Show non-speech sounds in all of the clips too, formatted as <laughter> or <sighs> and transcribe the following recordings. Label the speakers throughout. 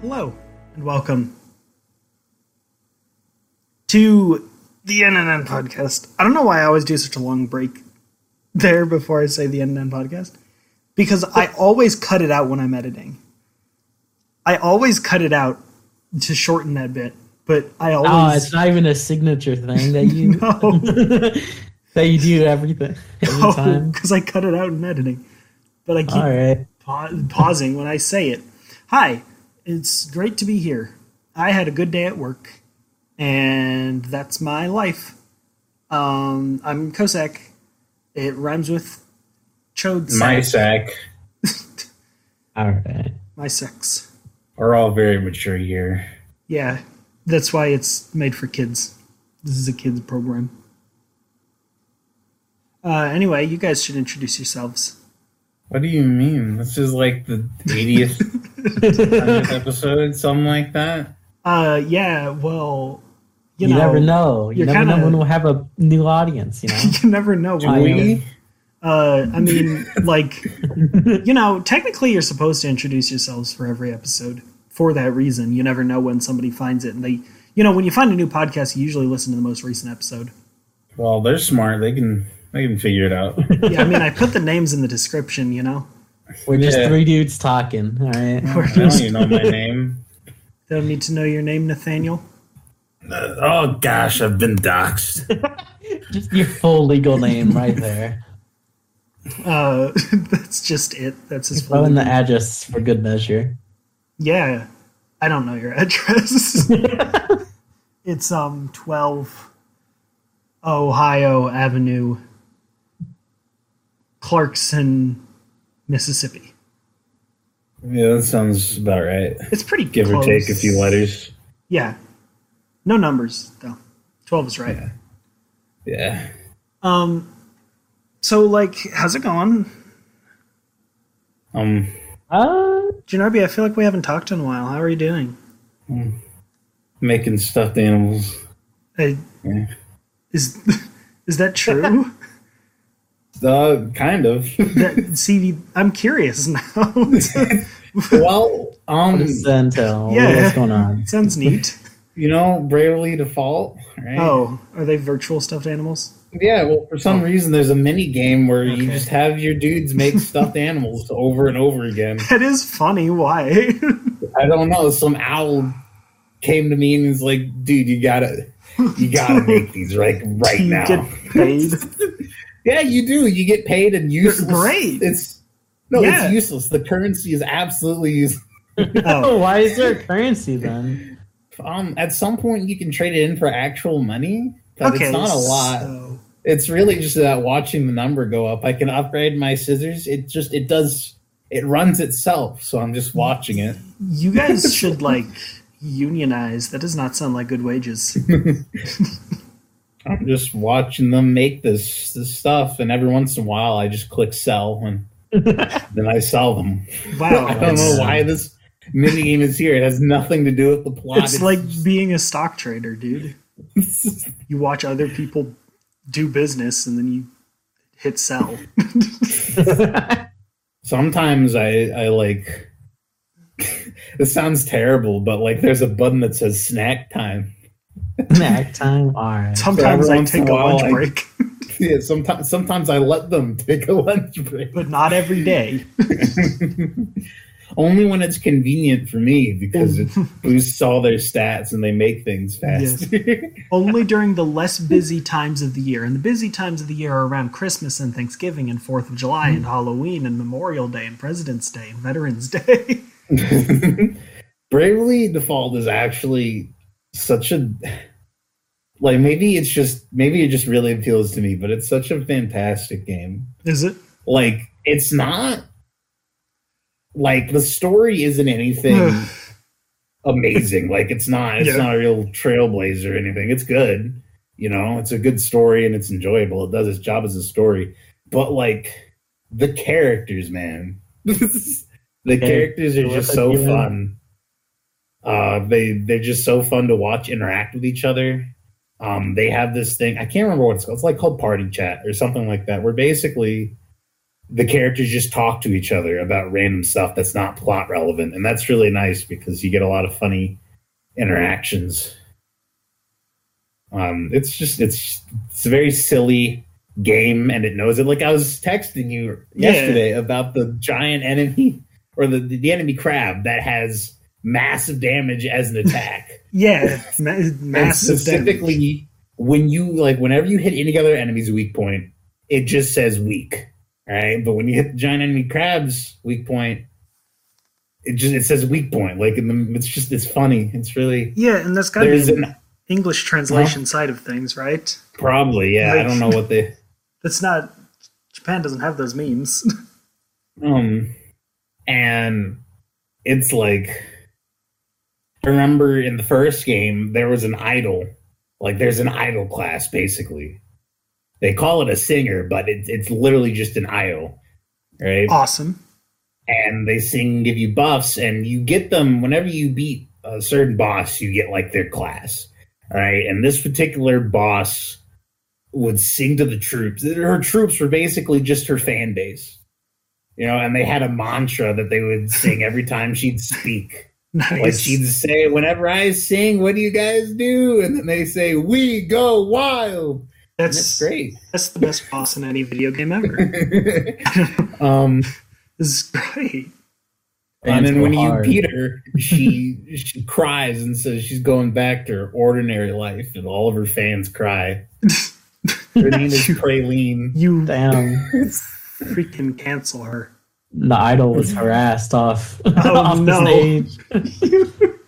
Speaker 1: hello and welcome to the NNN podcast. I don't know why I always do such a long break there before I say the NNN podcast because I always cut it out when I'm editing. I always cut it out to shorten that bit, but I
Speaker 2: Oh,
Speaker 1: always
Speaker 2: it's not even a signature thing that you
Speaker 1: <laughs>
Speaker 2: that you do everything every
Speaker 1: Oh,
Speaker 2: time.
Speaker 1: because I cut it out in editing. But I keep
Speaker 2: All right.
Speaker 1: pa- pausing when I say it. Hi, it's great to be here. I had a good day at work, and that's my life. Um, I'm Cossack. It rhymes with chode
Speaker 3: my sack
Speaker 2: All right.
Speaker 1: my sex.
Speaker 3: are all very mature here.
Speaker 1: Yeah, that's why it's made for kids. This is a kids program. Uh, anyway, you guys should introduce yourselves.
Speaker 3: What do you mean? This is like the 80th 100th episode, something like that.
Speaker 1: Uh, yeah, well, you,
Speaker 2: You,
Speaker 1: know,
Speaker 2: never know. You
Speaker 1: you're
Speaker 2: never know
Speaker 1: kinda-
Speaker 2: when we'll have a new audience, you know?
Speaker 1: <laughs> You never know.
Speaker 3: Do
Speaker 1: when you-
Speaker 3: we?
Speaker 1: Uh, I mean, like, you know, technically you're supposed to introduce yourselves for every episode for that reason. You never know when somebody finds it. And they, you know, when you find a new podcast, you usually listen to the most recent episode.
Speaker 3: Well, they're smart. They can they can figure it out.
Speaker 1: Yeah, I mean, I put the names in the description, you know? <laughs>
Speaker 2: We're just
Speaker 3: Yeah.
Speaker 2: three dudes talking. All right.
Speaker 3: I don't even know
Speaker 1: <laughs>
Speaker 3: my name.
Speaker 1: They don't need to know your name, Nathaniel.
Speaker 3: Uh, oh gosh, I've been doxxed.
Speaker 2: Just your full legal name right there.
Speaker 1: Uh, <laughs> that's just it. That's his
Speaker 2: Throw
Speaker 1: full <laughs>
Speaker 2: in the
Speaker 1: name.
Speaker 2: address for good measure.
Speaker 1: Yeah. I don't know your <laughs>
Speaker 3: <laughs>
Speaker 1: address. it's, um, 12 Ohio Avenue, Clarkson, Mississippi.
Speaker 3: Yeah, that sounds about right.
Speaker 1: It's pretty
Speaker 3: Give
Speaker 1: close.
Speaker 3: or take a few letters.
Speaker 1: Yeah. No numbers though. Twelve is right.
Speaker 3: Yeah.
Speaker 1: Um so like how's it going?
Speaker 3: Um
Speaker 2: Uh,
Speaker 1: Janobi, I feel like we haven't talked in a while. How are you doing?
Speaker 3: making stuffed animals.
Speaker 1: I,
Speaker 3: Yeah.
Speaker 1: is <laughs> is that
Speaker 3: <laughs>
Speaker 1: true?
Speaker 3: Uh, kind
Speaker 1: <laughs>
Speaker 3: of.
Speaker 1: that, see, I'm curious now. <laughs>
Speaker 3: well, um,
Speaker 2: then tell
Speaker 1: Yeah.
Speaker 2: what's going on.
Speaker 1: Sounds neat.
Speaker 3: you know, bravely default, right?
Speaker 1: Oh, are they virtual stuffed animals? <laughs>
Speaker 3: Yeah, well, for some reason, there's a mini game where
Speaker 2: Okay.
Speaker 3: you just have your dudes make stuffed animals over and over again.
Speaker 1: That is funny. Why? <laughs>
Speaker 3: I don't know. Some owl came to me and was like, "Dude, you gotta, you gotta
Speaker 1: <laughs>
Speaker 3: make these like right
Speaker 1: you
Speaker 3: now."
Speaker 1: get paid.
Speaker 3: <laughs> yeah, you do. You get paid and useless.
Speaker 1: Great.
Speaker 3: It's no,
Speaker 1: Yeah.
Speaker 3: it's useless. The currency is absolutely useless.
Speaker 1: Oh,
Speaker 2: Why
Speaker 1: <laughs>
Speaker 2: is there a currency then?
Speaker 3: Um, at some point, you can trade it in for actual money, but
Speaker 1: okay.
Speaker 3: it's not a lot.
Speaker 1: so-
Speaker 3: it's really just about watching the number go up. I can upgrade my scissors. It just it does it runs itself, so I'm just watching it.
Speaker 1: You guys should like unionize. That does not sound like good
Speaker 3: <laughs>
Speaker 1: wages.
Speaker 3: I'm just watching them make this this stuff, and every once in a while I just click sell
Speaker 1: <laughs>
Speaker 3: and then I sell them.
Speaker 1: Wow.
Speaker 3: I don't know why this minigame is here. It has nothing to do with the plot.
Speaker 1: It's like being a stock trader, dude.
Speaker 3: it's,
Speaker 1: You watch other people do business and then you hit sell.
Speaker 3: <laughs> sometimes I I like <laughs> this sounds terrible, but like there's a button that says snack time. <laughs>
Speaker 2: Snack time. All right.
Speaker 1: Sometimes I
Speaker 3: once in
Speaker 1: take
Speaker 3: a
Speaker 1: a
Speaker 3: while,
Speaker 1: lunch
Speaker 3: I-
Speaker 1: break, <laughs>
Speaker 3: Yeah, sometimes sometimes I let them take a lunch break.
Speaker 1: but not every day.
Speaker 3: Only when it's convenient for me because it boosts all their stats and they make things fast.
Speaker 1: Only during the less busy times of the year. And the busy times of the year are around Christmas and Thanksgiving and 4th of July
Speaker 3: Hmm.
Speaker 1: and Halloween and Memorial Day and President's Day and Veterans <laughs> Day.
Speaker 3: <laughs> Bravely Default is actually such a like maybe it's just maybe it just really appeals to me, but it's such a fantastic game.
Speaker 1: Is it?
Speaker 3: Like it's not like the story isn't anything amazing. Like it's not it's
Speaker 1: Yeah.
Speaker 3: not a real trailblazer or anything. It's good. You know, it's a good story and it's enjoyable. It does its job as a story. But like the characters, man. <laughs> the characters are
Speaker 2: What
Speaker 3: just
Speaker 2: a
Speaker 3: so
Speaker 2: given-
Speaker 3: fun. Uh they they're just so fun to watch interact with each other. Um they have this thing, I can't remember what it's called. It's like called party chat or something like that, where basically the characters just talk to each other about random stuff that's not plot relevant, and that's really nice because you get a lot of funny interactions. Um, it's just it's it's a very silly game, and it knows it. Like I was texting you
Speaker 1: Yeah.
Speaker 3: yesterday about the giant enemy or the the enemy crab that has massive damage as an attack.
Speaker 1: Yeah, ma- <laughs>
Speaker 3: And
Speaker 1: massive
Speaker 3: specifically
Speaker 1: damage.
Speaker 3: when you like whenever you hit any other enemy's weak point, it just says weak. Right? But when you hit the giant enemy crab's weak point, it just it says weak point. Like in the, it's just it's funny. It's really
Speaker 1: Yeah, and that's got to be
Speaker 3: there's Uh-huh.
Speaker 1: an
Speaker 3: an
Speaker 1: English translation side of things, right?
Speaker 3: probably yeah. I don't know what they
Speaker 1: That's not Japan doesn't have those memes.
Speaker 3: um and it's like I remember in the first game there was an idol. Like there's an idol class basically. They call it a singer, but it's it's literally just an idol. Right?
Speaker 1: awesome.
Speaker 3: And they sing give you buffs and you get them whenever you beat a certain boss, you get like their class. All right. And this particular boss would sing to the troops. Her troops were basically just her fan base. You know, and they had a mantra that they would sing every time she'd speak. Like
Speaker 1: <laughs> Nice.
Speaker 3: she'd say, whenever I sing, what do you guys do? And then they say, we go wild. And it's
Speaker 1: that's
Speaker 3: great.
Speaker 1: that's the best boss in any video game
Speaker 3: <laughs>
Speaker 1: ever. <laughs>
Speaker 3: um,
Speaker 1: this is great.
Speaker 3: and then
Speaker 2: go
Speaker 3: when
Speaker 2: hard.
Speaker 3: you
Speaker 1: <laughs>
Speaker 3: beat her, she she cries and says she's going back to her ordinary life, and all of her
Speaker 1: <laughs>
Speaker 3: fans cry. Her name is Praline.
Speaker 1: You
Speaker 2: Damn.
Speaker 1: freaking cancel her.
Speaker 2: The idol was harassed off, <laughs>
Speaker 1: Oh,
Speaker 2: off the
Speaker 1: no.
Speaker 2: stage.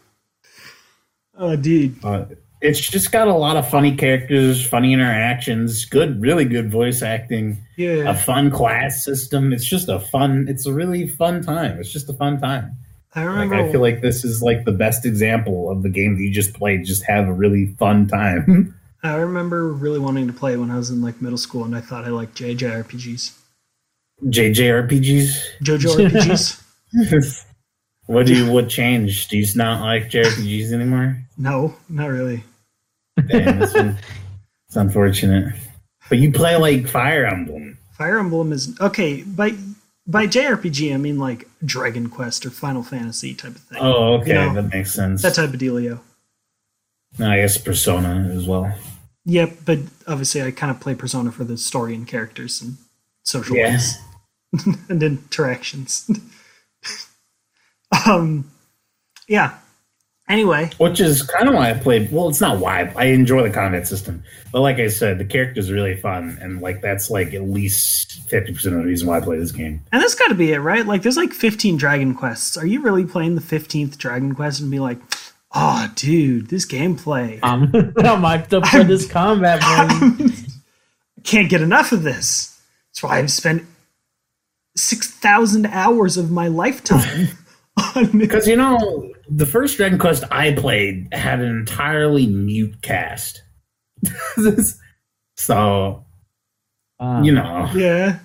Speaker 1: Oh, dude.
Speaker 3: Uh, it's just got a lot of funny characters, funny interactions, good, really good voice acting, a
Speaker 1: Yeah.
Speaker 3: fun class system. It's just a fun. It's a really fun time. It's just a fun time.
Speaker 1: I
Speaker 3: Like,
Speaker 1: remember.
Speaker 3: I feel like this is like the best example of the game that you just played. Just have a really fun time. <laughs>
Speaker 1: I remember really wanting to play when I was in like middle school, and I thought I liked JJRPGs,
Speaker 3: JJRPGs. <laughs>
Speaker 1: JoJo RPGs.
Speaker 3: what do you what changed? Do you just not like JRPGs anymore?
Speaker 1: No, not really.
Speaker 3: Damn, that's un- <laughs> it's unfortunate. But you play like Fire Emblem.
Speaker 1: Fire Emblem is okay by by JRPG. I mean like Dragon Quest or Final Fantasy type of thing.
Speaker 3: Oh, okay,
Speaker 1: No.
Speaker 3: that makes sense.
Speaker 1: That type of dealio.
Speaker 3: no, I guess Persona as well.
Speaker 1: Yep, but obviously I kind of play Persona for the story and characters and social
Speaker 3: Yeah.
Speaker 1: links <laughs> and interactions. <laughs> um, yeah. Anyway,
Speaker 3: Which is kind of why I played. Well, it's not why I enjoy the combat system, but like I said, the characters are really fun, and like that's like at least fifty percent of the reason why I play this game.
Speaker 1: and that's got to be it, right? Like, there's like 15 Dragon Quests. Are you really playing the 15th Dragon Quest and be like, oh, dude, this gameplay?
Speaker 2: I'm, <laughs> I'm hyped up for this combat, buddy.
Speaker 1: can't get enough of this. That's why I've spent 6,000 hours of my lifetime <laughs> on it.
Speaker 3: Because you know, the first Dragon Quest I played had an entirely mute cast, <laughs> so
Speaker 2: Wow.
Speaker 3: <laughs> you know
Speaker 1: Yeah.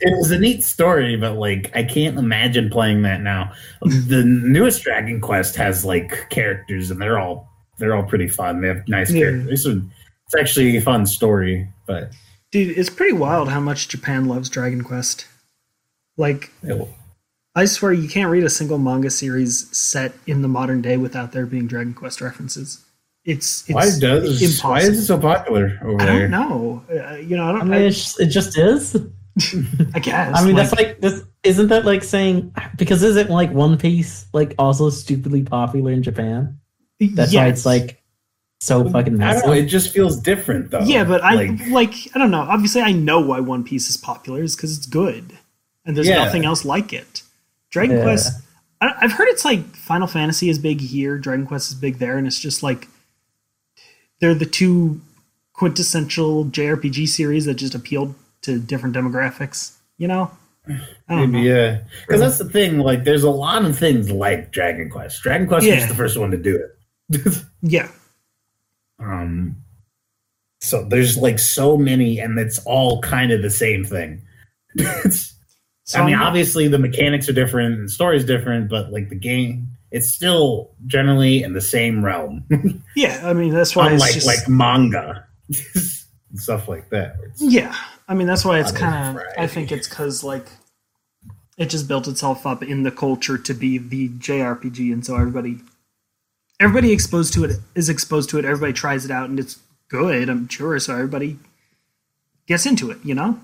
Speaker 3: it was a neat story. But like, I can't imagine playing that now. The newest Dragon Quest has like characters, and they're all they're all pretty fun. They have nice
Speaker 1: Yeah.
Speaker 3: characters. It's, a- it's actually a fun story, but
Speaker 1: Dude, it's pretty wild how much Japan loves Dragon Quest. Like,
Speaker 3: it,
Speaker 1: I swear you can't read a single manga series set in the modern day without there being Dragon Quest references. It's, it's
Speaker 3: why does
Speaker 1: impossible.
Speaker 3: why is it so popular over
Speaker 1: I
Speaker 3: there?
Speaker 1: don't know. Uh, you know, I
Speaker 2: I
Speaker 1: don't.
Speaker 2: mean,
Speaker 1: I,
Speaker 2: it's just, it just is.
Speaker 1: I guess.
Speaker 2: I mean, that's like this. Isn't that like saying because isn't like One Piece like also stupidly popular in Japan? That's why
Speaker 1: yes.
Speaker 2: it's like so fucking
Speaker 3: I don't know.
Speaker 2: massive.
Speaker 3: It just feels different though.
Speaker 1: Yeah, but I
Speaker 3: oh, Like-
Speaker 1: like, I don't know. Obviously, I know why One Piece is popular is because it's good, and there's
Speaker 3: Yeah.
Speaker 1: nothing else like it. Dragon
Speaker 2: Yeah.
Speaker 1: Quest. I, I've heard it's like Final Fantasy is big here, Dragon Quest is big there, and it's just like they're the two quintessential JRPG series that just appealed to different demographics. You know, I don't
Speaker 3: Maybe,
Speaker 1: know.
Speaker 3: yeah. Because that's the thing. Like, there's a lot of things like Dragon Quest. Dragon Quest
Speaker 1: Yeah.
Speaker 3: was the first one to do it.
Speaker 1: Yeah,
Speaker 3: um, so there's like so many, and it's all kind of the same thing. <laughs> It's-
Speaker 1: so
Speaker 3: I mean,
Speaker 1: I'm-
Speaker 3: obviously the mechanics are different, and the story's different, but like the game, it's still generally in the same realm. <laughs>
Speaker 1: yeah. I mean, that's why it's
Speaker 3: Unlike
Speaker 1: just
Speaker 3: like manga <laughs> and stuff like that. It's-
Speaker 1: Yeah, I mean that's why it's
Speaker 3: Other
Speaker 1: kind of.
Speaker 3: variety.
Speaker 1: I think it's because like It just built itself up in the culture to be the JRPG, and so everybody, everybody exposed to it is exposed to it. Everybody tries it out, and it's good. I'm sure. So everybody gets into it. You know.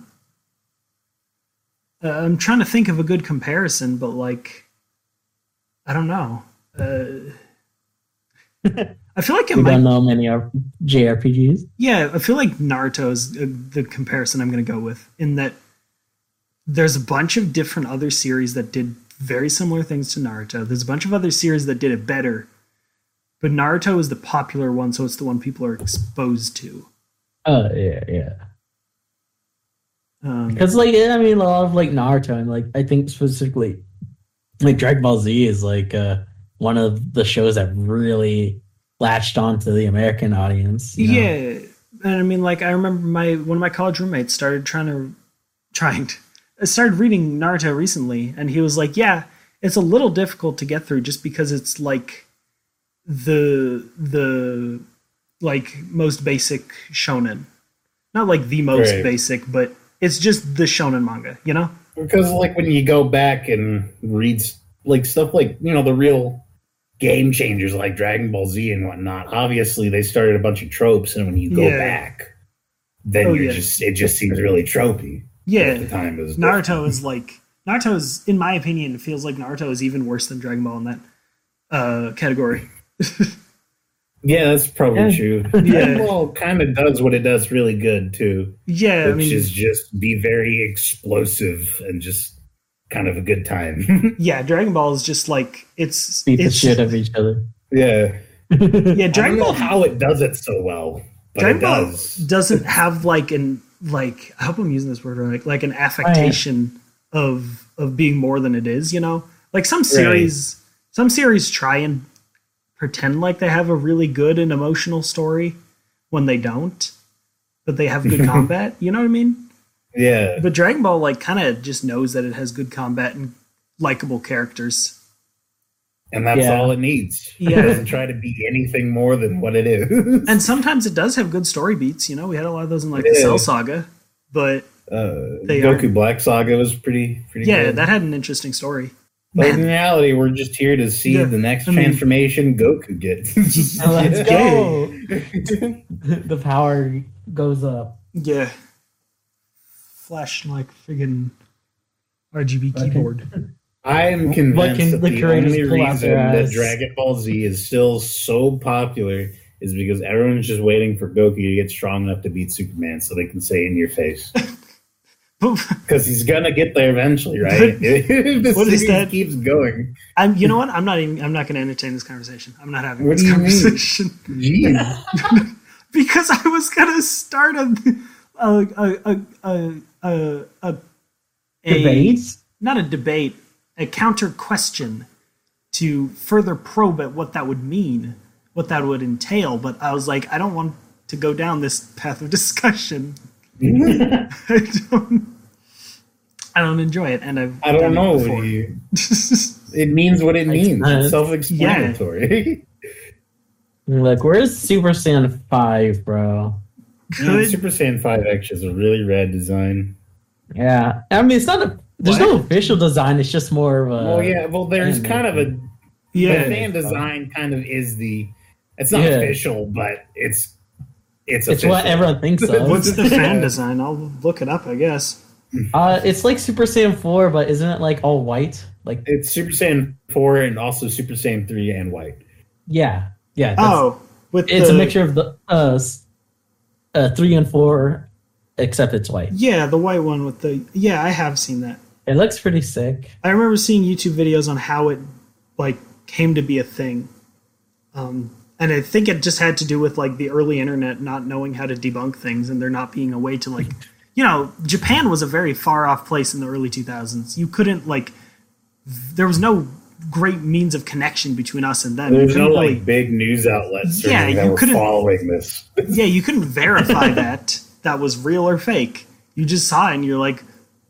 Speaker 1: Uh, I'm trying to think of a good comparison, but like, I don't know. Uh, <laughs> I feel like it
Speaker 2: we
Speaker 1: might.
Speaker 2: don't know many R- JRPGs.
Speaker 1: Yeah, I feel like Naruto is uh, the comparison I'm going to go with in that there's a bunch of different other series that did very similar things to Naruto. There's a bunch of other series that did it better, but Naruto is the popular one, so it's the one people are exposed to.
Speaker 2: Oh yeah, yeah.
Speaker 1: Um,
Speaker 2: Because like I mean, a lot of like Naruto and like I think specifically like Dragon Ball Z is like uh one of the shows that really latched onto the American audience. you know?
Speaker 1: Yeah, and I mean, like I remember my one of my college roommates started trying to trying to I started reading Naruto recently, and he was like, "Yeah, it's a little difficult to get through just because it's like the the like most basic shonen, not like the most
Speaker 3: Right.
Speaker 1: basic, but it's just the shonen manga, you know."
Speaker 3: Because like when you go back and read s- like stuff like you know the real game changers like Dragon Ball Z and whatnot, obviously they started a bunch of tropes, and when you go
Speaker 1: Yeah.
Speaker 3: back, then
Speaker 1: Oh,
Speaker 3: you're
Speaker 1: yeah.
Speaker 3: just it just seems really tropey.
Speaker 1: Yeah,
Speaker 3: At the time it was
Speaker 1: Naruto is like Naruto is, in my opinion, feels like Naruto is even worse than Dragon Ball in that uh, category.
Speaker 3: Yeah, that's probably
Speaker 2: Yeah.
Speaker 3: true.
Speaker 1: Yeah.
Speaker 3: Dragon Ball kind of does what it does really good too,
Speaker 1: Yeah,
Speaker 3: which
Speaker 1: I mean,
Speaker 3: is just be very explosive and just kind of a good time. <laughs>
Speaker 1: yeah, Dragon Ball is just like it's
Speaker 2: beat the
Speaker 1: it's
Speaker 2: shit out of each other.
Speaker 3: yeah,
Speaker 1: yeah.
Speaker 3: I don't
Speaker 1: Dragon
Speaker 3: know
Speaker 1: Ball
Speaker 3: how it does it so well, but
Speaker 1: Dragon
Speaker 3: it
Speaker 1: Ball
Speaker 3: does.
Speaker 1: doesn't have like an like I hope I'm using this word right, like
Speaker 2: Oh,
Speaker 1: like an affectation of of being more than it is. You know, like some series, some series try and pretend like they have a really good and emotional story when they don't, but they have
Speaker 2: <laughs>
Speaker 1: good combat. You know what I mean?
Speaker 3: Yeah.
Speaker 1: But Dragon Ball like kind of just knows that it has good combat and likable characters.
Speaker 3: And that's
Speaker 2: Yeah.
Speaker 3: all it needs.
Speaker 1: Yeah.
Speaker 3: It doesn't try to be anything more than what it is. <laughs>
Speaker 1: And sometimes it does have good story beats. You know, we had a lot of those in like the
Speaker 3: Yeah.
Speaker 1: Cell Saga, but
Speaker 3: Uh,
Speaker 1: They
Speaker 3: Goku
Speaker 1: are.
Speaker 3: Black Saga was pretty, pretty
Speaker 1: yeah,
Speaker 3: good.
Speaker 1: that had an interesting story.
Speaker 3: but in
Speaker 1: man.
Speaker 3: reality, we're just here to see
Speaker 1: Yeah,
Speaker 3: the next
Speaker 1: I mean-
Speaker 3: transformation Goku gets. <laughs>
Speaker 2: Oh, let's
Speaker 1: Yeah.
Speaker 2: go. <laughs> the power goes up.
Speaker 1: Yeah, flashing like friggin' RGB
Speaker 2: Okay.
Speaker 1: keyboard. <laughs>
Speaker 3: I am
Speaker 2: What
Speaker 3: convinced
Speaker 2: can
Speaker 3: that
Speaker 2: the
Speaker 3: the,
Speaker 2: creators
Speaker 3: only
Speaker 2: pull out
Speaker 3: reason
Speaker 2: their
Speaker 3: that
Speaker 2: eyes?
Speaker 3: Dragon Ball Z is still so popular is because everyone's just waiting for Goku to get strong enough to beat Superman so they can say in your face.
Speaker 1: But
Speaker 3: Because he's going to get there eventually, right? <laughs> if the
Speaker 1: What is
Speaker 3: series
Speaker 1: that?
Speaker 3: keeps going.
Speaker 1: I'm, you know what? I'm not even. I'm not going to entertain this conversation. I'm not having
Speaker 3: What
Speaker 1: this
Speaker 3: do you mean?
Speaker 1: conversation <laughs>
Speaker 3: Jeez.
Speaker 1: because I was going to start a a a a a a, a, a
Speaker 2: Debate?
Speaker 1: not a debate, a counter question to further probe at what that would mean, what that would entail. But I was like, I don't want to go down this path of <laughs>
Speaker 3: <laughs>
Speaker 1: discussion. I don't. I don't enjoy it, and I've.
Speaker 3: I don't
Speaker 1: done it
Speaker 3: know.
Speaker 1: before.
Speaker 3: you- It means what it means.
Speaker 2: uh,
Speaker 3: It's self-explanatory. <laughs>
Speaker 2: Look, where's Super Saiyan 5, bro?
Speaker 3: Yeah,
Speaker 1: Could
Speaker 3: Super Saiyan 5 X is a really rad design.
Speaker 2: Yeah. I mean, it's not a. There's no official design. It's just more of a.
Speaker 3: well, Oh, yeah.
Speaker 2: Uh,
Speaker 3: Well, there's
Speaker 2: yeah,
Speaker 3: kind of a the
Speaker 1: <laughs> yeah,
Speaker 3: fan design. Kind of is the. It's not
Speaker 2: Yeah.
Speaker 3: official, but it's
Speaker 2: It's
Speaker 3: it's official.
Speaker 2: what everyone thinks
Speaker 1: <laughs>
Speaker 2: of.
Speaker 1: what's the fan
Speaker 3: <laughs> Yeah.
Speaker 1: design? I'll look it up. I guess.
Speaker 2: uh, it's like Super Saiyan 4, but isn't it like all white? Like,
Speaker 3: It's Super Saiyan 4 and also Super Saiyan 3 and white.
Speaker 2: yeah. Yeah. that's-
Speaker 1: Oh, with
Speaker 2: It's
Speaker 1: the,
Speaker 2: a mixture of the uh, s- uh, 3 and 4, except it's white.
Speaker 1: Yeah, the white one with the yeah. I have seen that.
Speaker 2: It looks pretty sick.
Speaker 1: I remember seeing YouTube videos on how it like came to be a thing, um, and I think it just had to do with like the early internet not knowing how to debunk things and there not being a way to like, you know, Japan was a very far off place in the early two thousands. You couldn't like, v- there was no great means of connection between us and them. You
Speaker 3: There's no
Speaker 1: couldn't really-
Speaker 3: like big news outlets. Or
Speaker 1: Yeah,
Speaker 3: anything that
Speaker 1: you
Speaker 3: were
Speaker 1: couldn't-
Speaker 3: following this.
Speaker 1: yeah, you couldn't
Speaker 2: <laughs>
Speaker 1: verify that that was real or fake. You just saw it and you're like,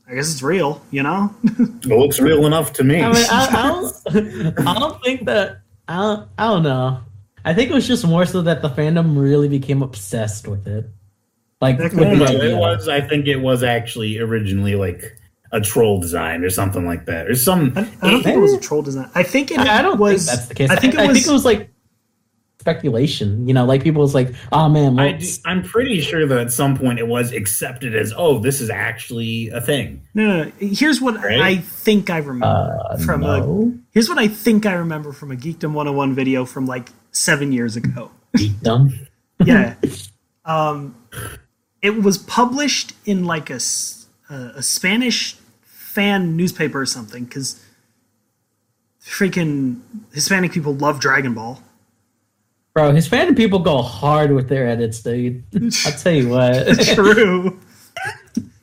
Speaker 1: I guess it's real, you know? <laughs>
Speaker 3: It looks real enough to me.
Speaker 2: I mean, I, I, don't, I don't think that. I don't, I don't know. I think it was just more so that the fandom really became obsessed with it. Like,
Speaker 1: That could
Speaker 2: with the
Speaker 1: be.
Speaker 3: No, no,
Speaker 2: idea.
Speaker 3: it was. I think it was actually originally like a troll design or something like that, or some.
Speaker 1: I, I don't think it was a troll design. I think it
Speaker 2: I, I don't
Speaker 1: was.
Speaker 2: think that's the case.
Speaker 1: I think it was.
Speaker 2: I think it was like speculation. You know, like people was like, "Oh man, well,
Speaker 3: I am pretty sure that at some point it was accepted as, oh, this is actually a thing.
Speaker 1: no, no, no. Here's what
Speaker 3: Right?
Speaker 1: I think I remember
Speaker 2: uh,
Speaker 1: from a.
Speaker 2: no,
Speaker 1: Here's what I think I remember from a Geekdom 101 video from like seven years ago. <laughs>
Speaker 2: dumb."
Speaker 1: yeah. Um, it was published in like a, s- a- a Spanish fan newspaper or something because freaking Hispanic people love Dragon
Speaker 2: <laughs>
Speaker 1: Ball.
Speaker 2: Bro, Hispanic people go hard with their
Speaker 1: <laughs>
Speaker 2: edits, dude. I'll tell you what. <laughs> they
Speaker 1: True.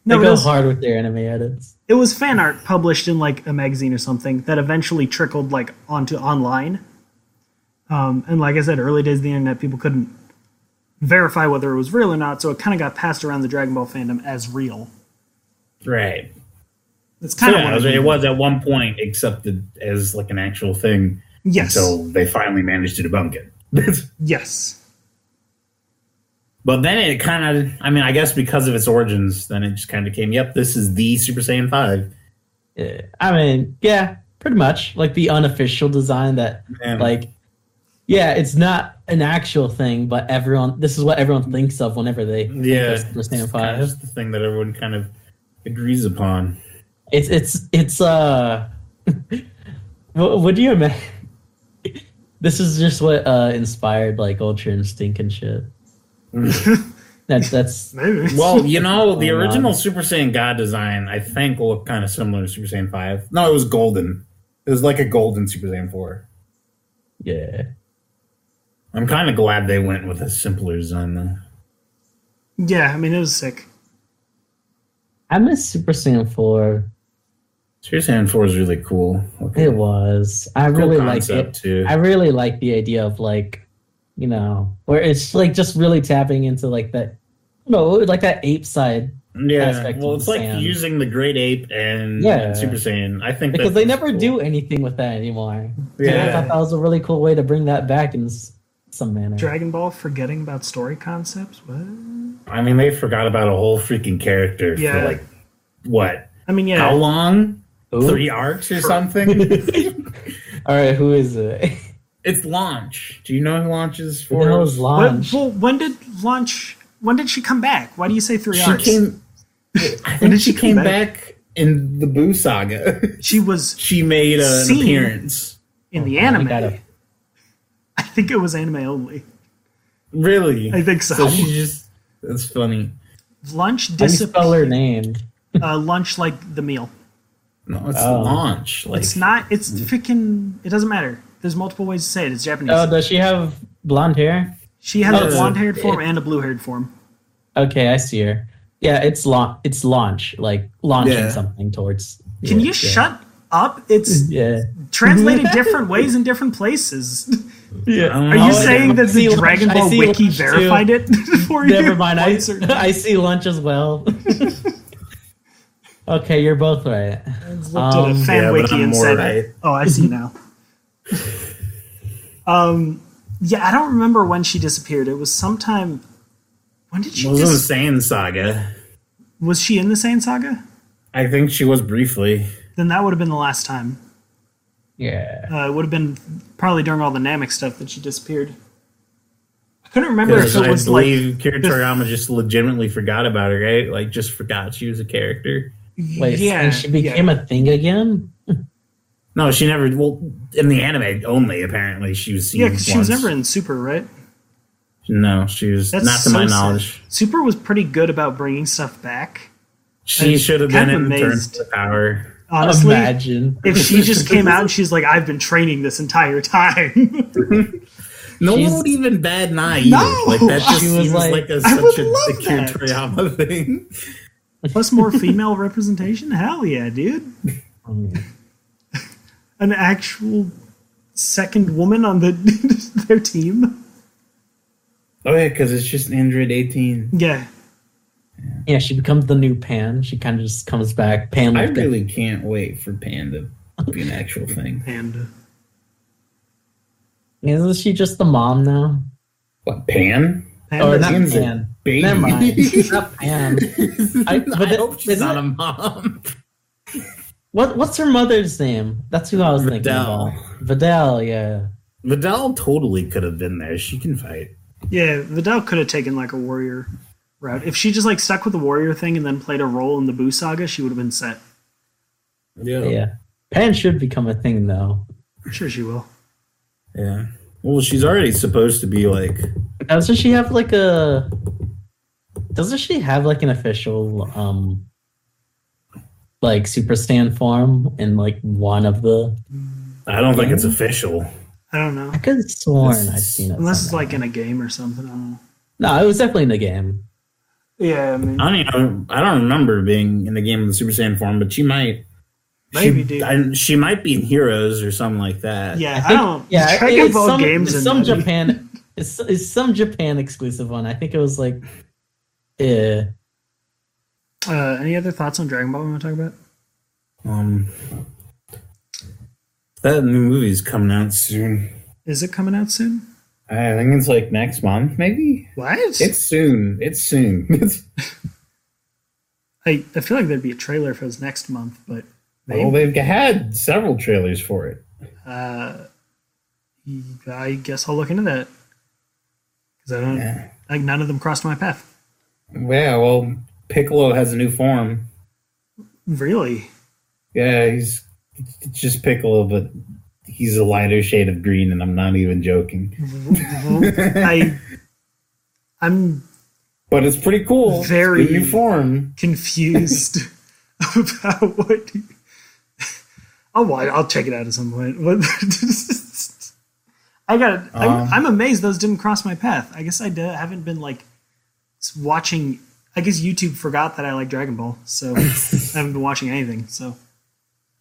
Speaker 1: no, it
Speaker 2: go
Speaker 1: was,
Speaker 2: hard with their anime edits.
Speaker 1: it was fan art published in like a magazine or something that eventually trickled like onto online. Um, and like I said, early days of the internet, people couldn't verify whether it was real or not, so it kind of got passed around the Dragon Ball fandom as real.
Speaker 3: Right.
Speaker 1: It's kind
Speaker 3: So
Speaker 1: of
Speaker 3: yeah, it was- it was at one point accepted as like an actual thing
Speaker 1: Yes.
Speaker 3: until they finally managed to debunk it.
Speaker 1: Yes.
Speaker 3: But then it kind of, I mean, I guess because of its origins, then it just kind of came, yep, this is the Super Saiyan 5.
Speaker 2: Yeah. I mean, yeah, pretty much. Like the unofficial design that,
Speaker 3: And
Speaker 2: like, yeah, it's not an actual thing, but everyone, this is what everyone thinks of whenever they think of
Speaker 3: yeah,
Speaker 2: Super
Speaker 3: it's
Speaker 2: Saiyan
Speaker 3: kind
Speaker 2: 5.
Speaker 3: of just the thing that everyone kind of agrees upon.
Speaker 2: It's, it's, it's, uh, <laughs> what, what do you imagine? <laughs> This is just what uh, inspired like Ultra Instinct and
Speaker 3: <laughs>
Speaker 2: shit. That's
Speaker 1: <laughs>
Speaker 2: that's
Speaker 1: Maybe.
Speaker 2: <laughs>
Speaker 3: Well, you know, the
Speaker 2: Oh, no.
Speaker 3: original Super Saiyan God design, I think, looked kind of similar to Super Saiyan 5. No, it was golden. It was like a golden Super Saiyan 4.
Speaker 2: yeah.
Speaker 3: I'm kind of glad they went with a simpler design, though.
Speaker 1: yeah, I mean, it was sick.
Speaker 2: I miss Super Saiyan 4.
Speaker 3: Super Saiyan 4 is really cool. Okay.
Speaker 2: It was. I
Speaker 3: Cool
Speaker 2: really like
Speaker 3: concept,
Speaker 2: it.
Speaker 3: too.
Speaker 2: I really like the idea of like, you know, where it's like just really tapping into like that, you know, like that ape side
Speaker 3: yeah.
Speaker 2: aspect
Speaker 3: Well,
Speaker 2: of
Speaker 3: it's like
Speaker 2: Saiyan.
Speaker 3: using the Great Ape and,
Speaker 2: Yeah.
Speaker 3: and Super Saiyan. I think
Speaker 2: because
Speaker 3: that-
Speaker 2: they never do anything with that anymore. Yeah. I thought
Speaker 3: Yeah.
Speaker 2: that was a really cool way to bring that back in s- some manner.
Speaker 1: Dragon Ball forgetting about story concepts? What?
Speaker 3: I mean, they forgot about a whole freaking character
Speaker 1: Yeah.
Speaker 3: for like what?
Speaker 1: I mean, yeah.
Speaker 3: How long?
Speaker 2: Who?
Speaker 3: Three arcs
Speaker 1: <laughs>
Speaker 3: or something?
Speaker 2: All right, who is
Speaker 3: <laughs>
Speaker 2: it?
Speaker 3: it's launch. Do you know who launches
Speaker 2: Who the
Speaker 3: for?
Speaker 2: hell is
Speaker 1: When,
Speaker 2: launch? Oh,
Speaker 1: well, when did launch? When did she come back? Why do you say three
Speaker 3: She
Speaker 1: hours?
Speaker 3: came. I
Speaker 1: When
Speaker 3: think
Speaker 1: did
Speaker 3: she
Speaker 1: she come
Speaker 3: came
Speaker 1: back?
Speaker 3: back? in the Boo Saga. <laughs>
Speaker 1: She was
Speaker 3: she made an
Speaker 1: Scene.
Speaker 3: appearance.
Speaker 1: in the
Speaker 2: Oh, I
Speaker 1: anime.
Speaker 2: gotta-
Speaker 1: <laughs> I think it was anime only.
Speaker 3: Really?
Speaker 1: I think so.
Speaker 3: So she just. That's funny.
Speaker 1: Lunch
Speaker 2: How do you spell
Speaker 1: disappeared.
Speaker 2: her name?
Speaker 1: Uh, lunch like the meal.
Speaker 3: No, it's
Speaker 2: Oh.
Speaker 3: launch. Like
Speaker 1: It's not. It's
Speaker 3: Mm-hmm.
Speaker 1: freaking. It doesn't matter. There's multiple ways to say it. It's Japanese.
Speaker 2: Oh, does she have blonde hair?
Speaker 1: she has a
Speaker 3: no.
Speaker 1: blonde-haired form and a blue-haired form.
Speaker 2: Okay, I see her. Yeah, it's launch. It's launch, like launching
Speaker 3: Yeah.
Speaker 2: something towards.
Speaker 1: Can
Speaker 2: yeah,
Speaker 1: you
Speaker 2: yeah.
Speaker 1: shut up? It's
Speaker 3: Mm-hmm.
Speaker 2: Yeah.
Speaker 1: translated different ways in different
Speaker 3: <laughs>
Speaker 1: places.
Speaker 2: Yeah.
Speaker 3: I don't
Speaker 1: Are
Speaker 3: know.
Speaker 1: you
Speaker 2: Oh,
Speaker 1: saying
Speaker 2: yeah.
Speaker 1: that
Speaker 2: See
Speaker 1: the Dragon
Speaker 2: lunch. I
Speaker 1: Ball
Speaker 2: see
Speaker 1: wiki
Speaker 2: lunch, too.
Speaker 1: verified it <laughs> for you?
Speaker 2: Never mind. I,
Speaker 1: Once or-
Speaker 2: I see lunch as
Speaker 3: <laughs>
Speaker 2: well. okay, you're both right.
Speaker 1: looked at a
Speaker 2: Um,
Speaker 1: fan
Speaker 3: Yeah, but
Speaker 1: wiki
Speaker 3: I'm
Speaker 1: and
Speaker 3: more
Speaker 1: said,
Speaker 3: right.
Speaker 1: "Oh, I see
Speaker 3: <laughs>
Speaker 1: now." um, yeah, I don't remember when she disappeared. It was sometime. When did she?
Speaker 3: Well, it was
Speaker 1: Dis-
Speaker 3: in the Saiyan Saga.
Speaker 1: was she in the Saiyan Saga?
Speaker 3: I think she was briefly.
Speaker 1: Then that would have been the last time.
Speaker 2: Yeah.
Speaker 1: Uh, it would have been probably during all the Namek stuff that she disappeared. I couldn't remember if
Speaker 3: I
Speaker 1: it was like
Speaker 3: believe Kira Toriyama just legitimately forgot about her, right? Like, just forgot she was a character.
Speaker 2: Wait,
Speaker 1: yeah,
Speaker 2: and she became
Speaker 1: yeah.
Speaker 2: a thing again?
Speaker 3: No, she never. Well, in the anime only, apparently she was seen.
Speaker 1: yeah, 'cause she was
Speaker 3: once.
Speaker 1: never in Super, right?
Speaker 3: No, she was
Speaker 1: That's
Speaker 3: not to
Speaker 1: so
Speaker 3: my
Speaker 1: sad.
Speaker 3: knowledge.
Speaker 1: Super was pretty good about bringing stuff back.
Speaker 3: She
Speaker 1: I'm
Speaker 3: should have
Speaker 1: kind
Speaker 3: been
Speaker 1: of
Speaker 3: in Turn
Speaker 1: amazed.
Speaker 3: to Power.
Speaker 1: Honestly,
Speaker 3: <laughs>
Speaker 2: Imagine.
Speaker 1: if she just came out and she's like, "I've been training this entire time," <laughs>
Speaker 3: No
Speaker 2: She's-
Speaker 3: one would even bad an eye.
Speaker 1: No!
Speaker 3: either. like that just
Speaker 2: She was
Speaker 3: seems
Speaker 2: like,
Speaker 3: like, a,
Speaker 1: I would
Speaker 3: such a, a
Speaker 1: love
Speaker 3: Kira
Speaker 1: that.
Speaker 3: Toriyama <laughs> thing.
Speaker 1: plus more female representation, hell yeah, dude! An actual second woman on the <laughs> their team,
Speaker 3: Oh yeah, because it's just Android 18.
Speaker 1: yeah.
Speaker 2: Yeah, she becomes the new Pan. She kind of just comes back. Pan
Speaker 3: I
Speaker 2: with the-
Speaker 3: really can't wait for Pan to be an actual thing.
Speaker 1: And
Speaker 2: Isn't she just the mom now?
Speaker 3: What <laughs> Pan?
Speaker 2: Or not
Speaker 3: Pan's a
Speaker 2: Pan.
Speaker 3: baby. <laughs>
Speaker 2: Never mind. Not Pan. I-
Speaker 3: I,
Speaker 2: but that-
Speaker 3: hope she's
Speaker 2: isn't
Speaker 3: not
Speaker 2: it-
Speaker 3: a mom.
Speaker 2: What what's her mother's name? That's who I was thinking
Speaker 3: Vidal.
Speaker 2: about. Vidal, yeah.
Speaker 3: Vidal totally could have been there. She can fight.
Speaker 1: Yeah, Vidal could have taken like a warrior route. If she just like stuck with the warrior thing and then played a role in the Boo saga, she would have been set.
Speaker 2: Yeah. Pan should become a thing though.
Speaker 1: I'm sure she will.
Speaker 3: Yeah. Well, she's already supposed to be like.
Speaker 2: Doesn't she have like a doesn't she have like an official um like super stand form in like one of the
Speaker 3: I don't think it's official.
Speaker 1: I don't know.
Speaker 2: I could have sworn
Speaker 3: This is-
Speaker 2: I've seen it.
Speaker 1: Unless it's
Speaker 2: somewhere.
Speaker 1: like in a game or something. I don't know.
Speaker 2: No, it was definitely in the game.
Speaker 1: Yeah, I mean,
Speaker 3: I don't even, I don't remember being in the game in the Super Saiyan form, but she might.
Speaker 1: Maybe,
Speaker 3: she,
Speaker 1: dude.
Speaker 3: I, she might be in Heroes or something like that.
Speaker 1: yeah, I,
Speaker 2: think-
Speaker 1: don't.
Speaker 2: Yeah,
Speaker 1: Dragon
Speaker 2: it's
Speaker 1: Ball
Speaker 2: some,
Speaker 1: games
Speaker 2: it's
Speaker 1: and
Speaker 2: some Japan. It's, it's some Japan exclusive one. I think it was like, eh, yeah,
Speaker 1: Uh, any other thoughts on Dragon Ball we want to talk about?
Speaker 3: Um. That new movie's coming out soon.
Speaker 1: Is it coming out soon?
Speaker 3: I think it's like next month, maybe.
Speaker 1: What?
Speaker 3: It's soon. It's soon. <laughs> It's,
Speaker 1: I, I feel like there'd be a trailer for this next month, but
Speaker 3: well, they've had several trailers for it.
Speaker 1: uh, I guess I'll look into that because I don't
Speaker 3: Yeah.
Speaker 1: like none of them crossed my path.
Speaker 3: Yeah. Well, Piccolo has a new form.
Speaker 1: Really?
Speaker 3: Yeah, he's it's just Piccolo, but he's a lighter shade of green, and I'm not even joking.
Speaker 1: <laughs> I I'm
Speaker 3: But it's pretty cool. It's a
Speaker 1: Very-
Speaker 3: good new form.
Speaker 1: confused <laughs> about what. you- I'll watch, I'll check it out at some point. What- <laughs> I got.
Speaker 3: Um.
Speaker 1: I'm, I'm amazed those didn't cross my path. I guess I d- haven't been like s- watching. I guess YouTube forgot that I like Dragon Ball,
Speaker 3: <laughs>
Speaker 1: so I haven't been watching anything. So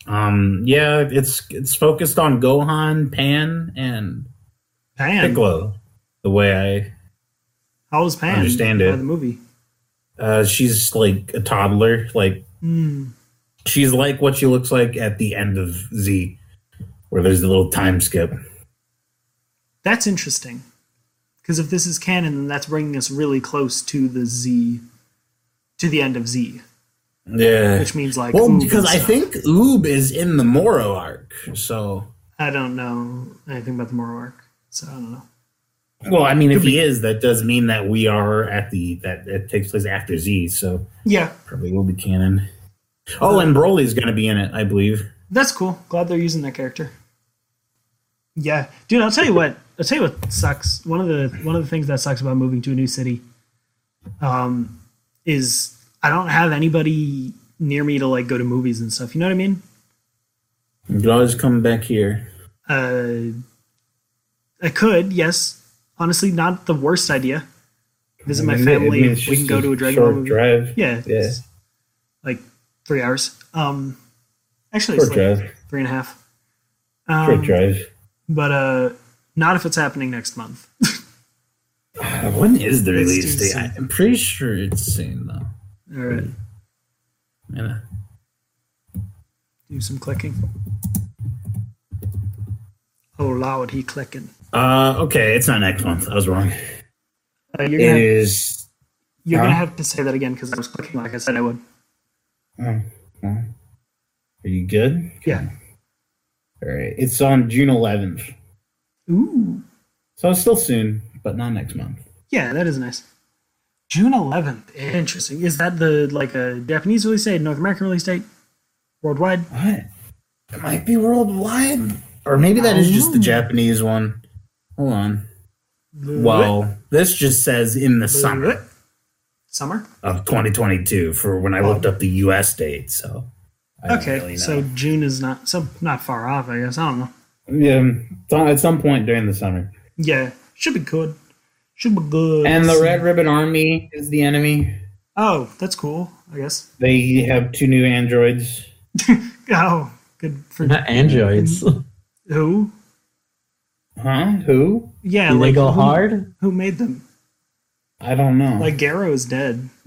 Speaker 3: Um, yeah, it's it's focused on Gohan, Pan, and
Speaker 1: Pan,
Speaker 3: Piccolo. The way
Speaker 1: how old is Pan?
Speaker 3: Understand
Speaker 1: by
Speaker 3: it.
Speaker 1: The movie.
Speaker 3: I, uh, she's like a toddler. Like
Speaker 1: Mm,
Speaker 3: she's like what she looks like at the end of Z, where there's the little time skip.
Speaker 1: that's interesting. Because if this is canon, then that's bringing us really close to the Z, to the end of Z,
Speaker 3: Yeah.
Speaker 1: which means like.
Speaker 3: Well,
Speaker 1: ooh,
Speaker 3: because
Speaker 1: good
Speaker 3: I
Speaker 1: stuff.
Speaker 3: think Oob is in the Moro arc, so
Speaker 1: I don't know anything about the moral arc, so I don't know.
Speaker 3: Well, I mean, if he is, that does mean that we are at the that it takes place after Z, so
Speaker 1: Yeah,
Speaker 3: probably will be canon. Oh, and Broly's going to be in it, I believe.
Speaker 1: that's cool. Glad they're using that character. Yeah, dude. I'll tell you what. I'll tell you what sucks. One of the one of the things that sucks about moving to a new city, um, is I don't have anybody near me to like go to movies and stuff. You know what I mean?
Speaker 3: You could always come back here.
Speaker 1: Uh, I could, yes. Honestly, not the worst idea. Visit my family. we can go to a Dragon Ball movie.
Speaker 3: drive.
Speaker 1: Yeah,
Speaker 3: Yeah.
Speaker 1: it's like three hours. Um, actually, it's like three and a half. Um,
Speaker 3: drive.
Speaker 1: but uh, not if it's happening next month. <laughs>
Speaker 3: Uh, When is the
Speaker 1: It's
Speaker 3: release
Speaker 1: too
Speaker 3: date?
Speaker 1: soon.
Speaker 3: I'm pretty sure it's soon, though.
Speaker 1: All right,
Speaker 3: Yeah.
Speaker 1: do some clicking. Oh, loud, he clicking.
Speaker 3: Uh, okay, it's not next month. I was wrong.
Speaker 1: Uh, you're
Speaker 3: It
Speaker 1: gonna, have,
Speaker 3: is.
Speaker 1: you're gonna
Speaker 3: huh?
Speaker 1: have to say that again because I was clicking like I said I would.
Speaker 3: Oh, well. Are you good?
Speaker 1: Yeah.
Speaker 3: All right. It's on June 11th.
Speaker 1: Ooh.
Speaker 3: So it's still soon, but not next month.
Speaker 1: Yeah, that is nice. June 11th. Interesting. Is that the like a Japanese release date, North American release date, worldwide?
Speaker 3: What? It might be worldwide. Or maybe that is just the
Speaker 1: Oh.
Speaker 3: Japanese one. Hold on. Well, this just says in the summer
Speaker 1: Summer.
Speaker 3: of 2022 for when I looked up the US date. So, I don't
Speaker 1: Okay,
Speaker 3: really know.
Speaker 1: so June is not so not far off, I guess. I don't know.
Speaker 3: yeah, it's on- at some point during the summer.
Speaker 1: Yeah, should be good. Should be good.
Speaker 3: And the Red Ribbon Army is the enemy.
Speaker 1: Oh, that's cool. I guess.
Speaker 3: They have two new androids.
Speaker 1: Oh, good for <laughs>
Speaker 2: not androids. Do
Speaker 1: who?
Speaker 3: Huh? Who?
Speaker 1: Yeah,
Speaker 2: they
Speaker 1: like
Speaker 2: go
Speaker 1: who,
Speaker 2: hard?
Speaker 1: Who made them?
Speaker 3: I don't know.
Speaker 1: Like Garrow is dead. <laughs>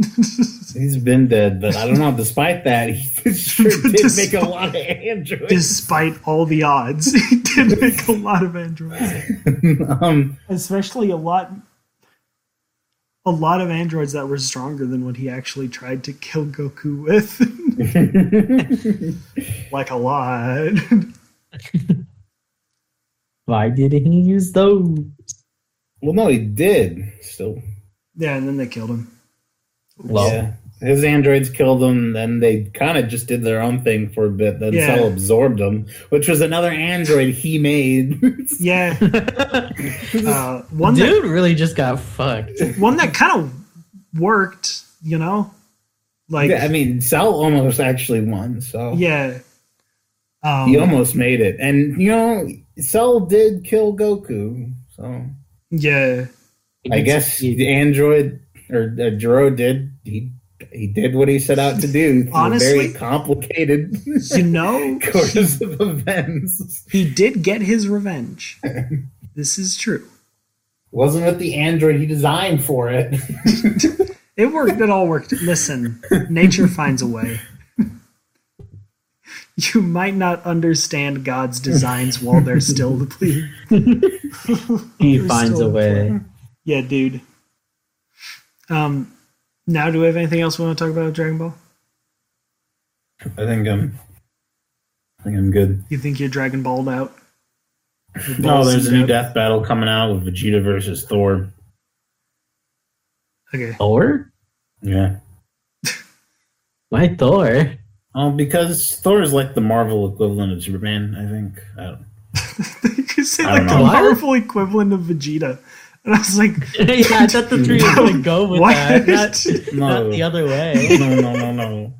Speaker 3: He's been dead, but I don't know. Despite that, he <laughs> sure
Speaker 1: <laughs>
Speaker 3: did
Speaker 1: Despite-
Speaker 3: make a lot of androids.
Speaker 1: Despite all the odds, <laughs> he did make a lot of androids.
Speaker 3: <laughs> um, <laughs>
Speaker 1: especially a lot a lot of androids that were stronger than what he actually tried to kill Goku with. <laughs> like a lot. <laughs>
Speaker 2: Why did he use those?
Speaker 3: well, no, he did. Still,
Speaker 1: yeah, and then they killed him.
Speaker 2: Well,
Speaker 3: yeah. His androids killed them, then they kind of just did their own thing for a bit. Then
Speaker 1: Yeah.
Speaker 3: Cell absorbed them, which was another android he made. <laughs>
Speaker 1: Yeah, uh, one that
Speaker 2: dude really just got fucked.
Speaker 1: one that kind of worked, you know, like
Speaker 3: Yeah, I
Speaker 1: yeah,
Speaker 3: mean, Cell almost actually won, so
Speaker 1: Um,
Speaker 3: he almost made it. And you know, Cell did kill Goku, so
Speaker 1: yeah,
Speaker 3: I guess the android or uh, Jiro did he he did what he set out to
Speaker 1: <laughs>
Speaker 3: do. through a
Speaker 1: Honestly-
Speaker 3: very complicated
Speaker 1: you know,
Speaker 3: <laughs> course of events.
Speaker 1: he did get his
Speaker 3: <laughs>
Speaker 1: revenge. this is true.
Speaker 3: Wasn't with the android he designed for it.
Speaker 1: It worked. It all worked. Listen, nature finds a way. You might not understand God's designs while they're still the plebe.
Speaker 2: He
Speaker 1: There's
Speaker 2: finds
Speaker 1: still
Speaker 2: a
Speaker 1: a
Speaker 2: way.
Speaker 1: <laughs> Yeah, dude. Um, now do we have anything else we want to talk about with Dragon Ball?
Speaker 3: I think I'm. I think I'm good.
Speaker 1: You think you're Dragon Balled out? Your
Speaker 3: No,
Speaker 1: balls
Speaker 3: Oh, there's a
Speaker 1: is
Speaker 3: new
Speaker 1: out?
Speaker 3: death battle coming out with Vegeta versus Thor.
Speaker 1: Okay.
Speaker 2: Thor?
Speaker 3: Yeah.
Speaker 2: Why Thor?
Speaker 3: Um, because Thor is like the Marvel equivalent of Superman, I think. I
Speaker 1: <laughs>
Speaker 3: don't,
Speaker 1: you said
Speaker 3: I
Speaker 1: like
Speaker 3: don't
Speaker 1: the
Speaker 2: know. What?
Speaker 1: powerful equivalent of Vegeta, and I was like,
Speaker 2: <laughs> yeah, I thought the three were gonna go with
Speaker 1: What?
Speaker 2: that, not,
Speaker 3: No.
Speaker 2: not the other way.
Speaker 3: no, no, no, no.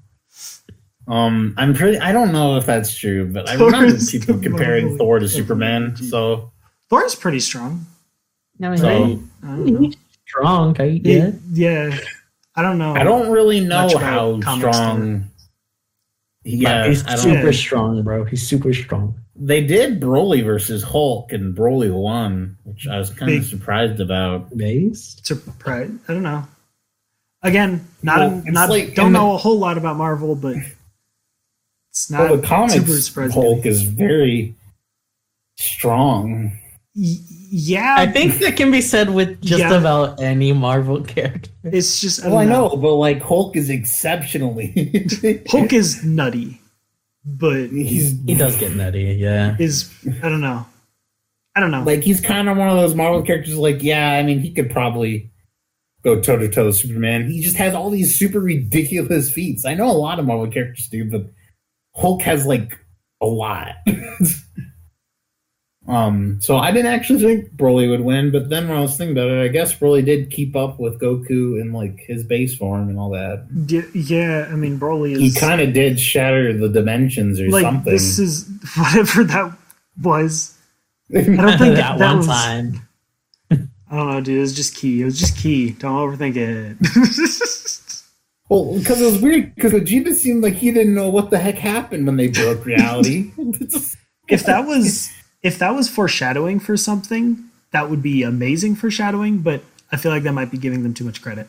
Speaker 3: Um, I'm pretty. I don't know if that's true, but I
Speaker 1: Thor
Speaker 3: remember
Speaker 1: is
Speaker 3: people
Speaker 1: the
Speaker 3: comparing
Speaker 1: Marvel
Speaker 3: Thor to
Speaker 1: equivalent
Speaker 3: Superman.
Speaker 1: of
Speaker 3: So
Speaker 1: Thor's pretty strong.
Speaker 2: No,
Speaker 3: So-
Speaker 1: I
Speaker 2: he-
Speaker 1: don't know.
Speaker 2: he's strong. I
Speaker 1: Yeah.
Speaker 2: yeah.
Speaker 1: yeah. I don't know.
Speaker 3: I don't really know
Speaker 1: Much about
Speaker 3: how
Speaker 1: comics
Speaker 3: strong. Yeah,
Speaker 2: he's
Speaker 3: I don't.
Speaker 2: super
Speaker 1: Yeah.
Speaker 2: strong, bro. He's super strong.
Speaker 3: They did Broly versus Hulk, and Broly won, which I was kind
Speaker 1: Big-
Speaker 3: of surprised about.
Speaker 2: Based.
Speaker 1: Surprise! I don't know. Again, not
Speaker 3: Well, it's
Speaker 1: not
Speaker 3: like
Speaker 1: don't
Speaker 3: in
Speaker 1: know
Speaker 3: the-
Speaker 1: a whole lot about Marvel, but it's not
Speaker 3: Well, the
Speaker 1: super
Speaker 3: comics
Speaker 1: surprising.
Speaker 3: Hulk is very strong.
Speaker 1: Y- yeah,
Speaker 2: I think that can be said with just
Speaker 1: Yeah.
Speaker 2: about any Marvel <laughs> character.
Speaker 1: it's just I
Speaker 3: Well, I
Speaker 1: don't
Speaker 3: know, but like Hulk is exceptionally.
Speaker 1: Hulk is nutty, but
Speaker 3: <laughs> he's
Speaker 2: He does get nutty, <laughs> yeah.
Speaker 1: is I don't know. I don't know.
Speaker 3: Like he's kind of one of those Marvel characters. Like, yeah, I mean, he could probably go toe to toe with Superman. He just has all these super ridiculous feats. I know a lot of Marvel characters do, but Hulk has like a lot. <laughs> um, so I didn't actually think Broly would win, but then when I was thinking about it, I guess Broly did keep up with Goku in like his base form and all that.
Speaker 1: D- yeah, I mean Broly
Speaker 3: He
Speaker 1: is
Speaker 3: kind of did shatter the dimensions or
Speaker 1: like
Speaker 3: something.
Speaker 1: this is <laughs> whatever that was. I don't think
Speaker 2: <laughs> that,
Speaker 1: that
Speaker 2: one
Speaker 1: was-
Speaker 2: time.
Speaker 1: I don't know, dude. It was just key. It was just key. Don't overthink it. <laughs>
Speaker 3: Well, because it was weird, because Vegeta seemed like he didn't know what the heck happened when they
Speaker 1: <laughs>
Speaker 3: broke reality.
Speaker 1: if that was if that was foreshadowing for something, that would be amazing foreshadowing. But I feel like that might be giving them too much credit.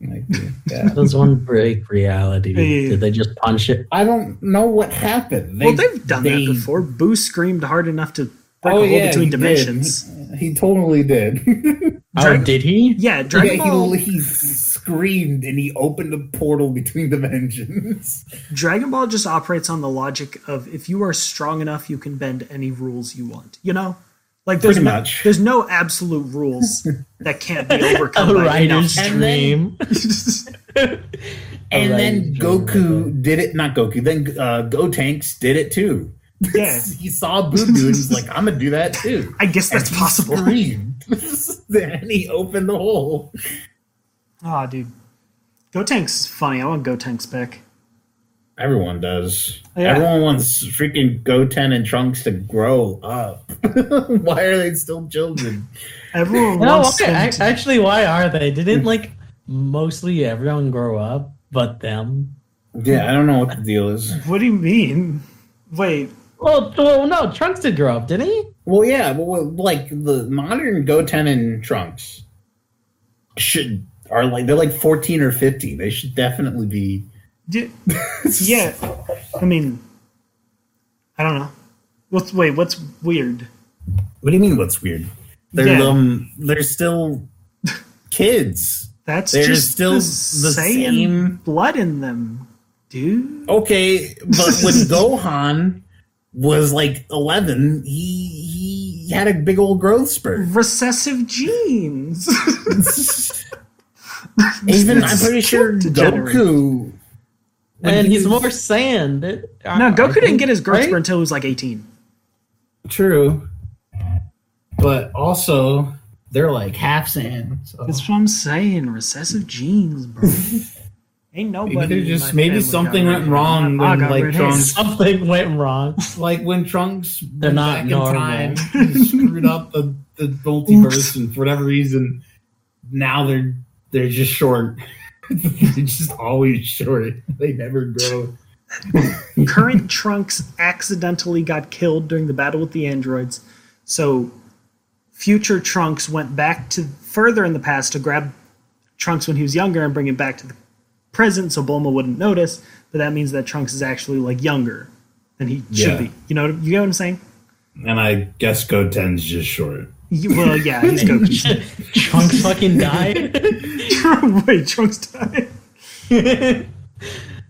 Speaker 3: Like, yeah.
Speaker 2: That was one break reality.
Speaker 1: Yeah.
Speaker 2: Did they just punch it?
Speaker 3: I don't know what happened. They,
Speaker 1: well, they've done
Speaker 3: they-
Speaker 1: that before. Boo screamed hard enough to break
Speaker 3: Oh,
Speaker 1: a hole
Speaker 3: yeah,
Speaker 1: between
Speaker 3: he did.
Speaker 1: dimensions.
Speaker 3: He totally did. <laughs>
Speaker 2: Oh, did he?
Speaker 1: Yeah,
Speaker 3: yeah,
Speaker 1: Dragon Ball.
Speaker 3: he, he screamed and he opened a portal between dimensions.
Speaker 1: Dragon Ball just operates on the logic of if you are strong enough, you can bend any rules you want. You know, like there's
Speaker 3: Pretty
Speaker 1: no,
Speaker 3: much.
Speaker 1: there's no absolute rules that can't
Speaker 3: <laughs>
Speaker 1: be overcome.
Speaker 3: Oh,
Speaker 2: A
Speaker 1: by
Speaker 2: writer's
Speaker 1: enough-
Speaker 3: And then-
Speaker 2: dream.
Speaker 3: <laughs> And then
Speaker 2: writer's dream,
Speaker 3: Goku did it. Not Goku. Then uh, Gotenks did it too.
Speaker 1: Yeah.
Speaker 3: he saw Boo Boo and he's like, "I'm gonna do that too."
Speaker 1: <laughs> I guess that's
Speaker 3: And he
Speaker 1: possible.
Speaker 3: Screamed. <laughs> and he opened the hole.
Speaker 1: Ah, dude, Gotenks is funny. I want Gotenks back.
Speaker 3: Everyone does.
Speaker 1: Yeah.
Speaker 3: Everyone wants freaking Goten and Trunks to grow up. <laughs> Why are they still children?
Speaker 1: Everyone
Speaker 2: No,
Speaker 1: wants
Speaker 2: okay,
Speaker 1: him
Speaker 2: ac-
Speaker 1: to-
Speaker 2: actually, why are they? Didn't like mostly everyone grow up, but them?
Speaker 3: Yeah, I don't know what the deal is.
Speaker 1: What do you mean? Wait,
Speaker 2: Well, well, no, Trunks did grow up, didn't he?
Speaker 3: Well, yeah, but well, like the modern Goten and Trunks should are like they're like fourteen or fifteen. They should definitely be.
Speaker 1: di- yeah. I mean, I don't know. What's wait? What's weird?
Speaker 3: <laughs> What do you mean? What's weird? They're
Speaker 1: Yeah.
Speaker 3: um, they're still kids.
Speaker 1: That's
Speaker 3: There's
Speaker 1: just
Speaker 3: still
Speaker 1: the
Speaker 3: the
Speaker 1: same
Speaker 3: same-
Speaker 1: blood in them, dude.
Speaker 3: Okay, <laughs> but when Gohan was like eleven, he he had a big old growth spurt.
Speaker 1: Recessive genes.
Speaker 3: <laughs> Even I'm pretty sure
Speaker 1: Degenerate.
Speaker 3: Goku. when
Speaker 2: and
Speaker 3: he
Speaker 2: he's
Speaker 3: was-
Speaker 2: more sand.
Speaker 1: no, Goku didn't get his growth <laughs> spurt until he was like 18.
Speaker 3: True. But also, they're like half sand. So.
Speaker 1: That's what I'm saying. Recessive genes,
Speaker 3: <laughs>
Speaker 1: bro. Ain't nobody.
Speaker 3: Maybe
Speaker 1: in
Speaker 3: they're just
Speaker 1: my
Speaker 3: maybe
Speaker 1: family
Speaker 3: something
Speaker 1: got
Speaker 3: went
Speaker 1: rid-
Speaker 3: wrong
Speaker 1: I
Speaker 3: when
Speaker 1: got
Speaker 3: like
Speaker 1: rid-
Speaker 3: Trunks,
Speaker 2: Something
Speaker 1: <laughs>
Speaker 2: went wrong.
Speaker 3: like when Trunks,
Speaker 2: They're
Speaker 3: went
Speaker 2: not
Speaker 3: back in
Speaker 2: normal.
Speaker 3: <laughs> time, screwed up the, the multiverse, and for whatever reason, now they're they're just short. <laughs> they're just always short. They never grow.
Speaker 1: Current Trunks accidentally got killed during the battle with the androids, so future Trunks went back to further in the past to grab Trunks when he was younger and bring him back to the present, so Bulma wouldn't notice. But that means that Trunks is actually like younger than he
Speaker 3: Yeah.
Speaker 1: should be. You know, you get what I'm saying?
Speaker 3: And I guess Goten's just short.
Speaker 1: You- well, yeah, he's Goku.
Speaker 2: Trunks fucking died.
Speaker 1: <laughs> Wait, Trunks died.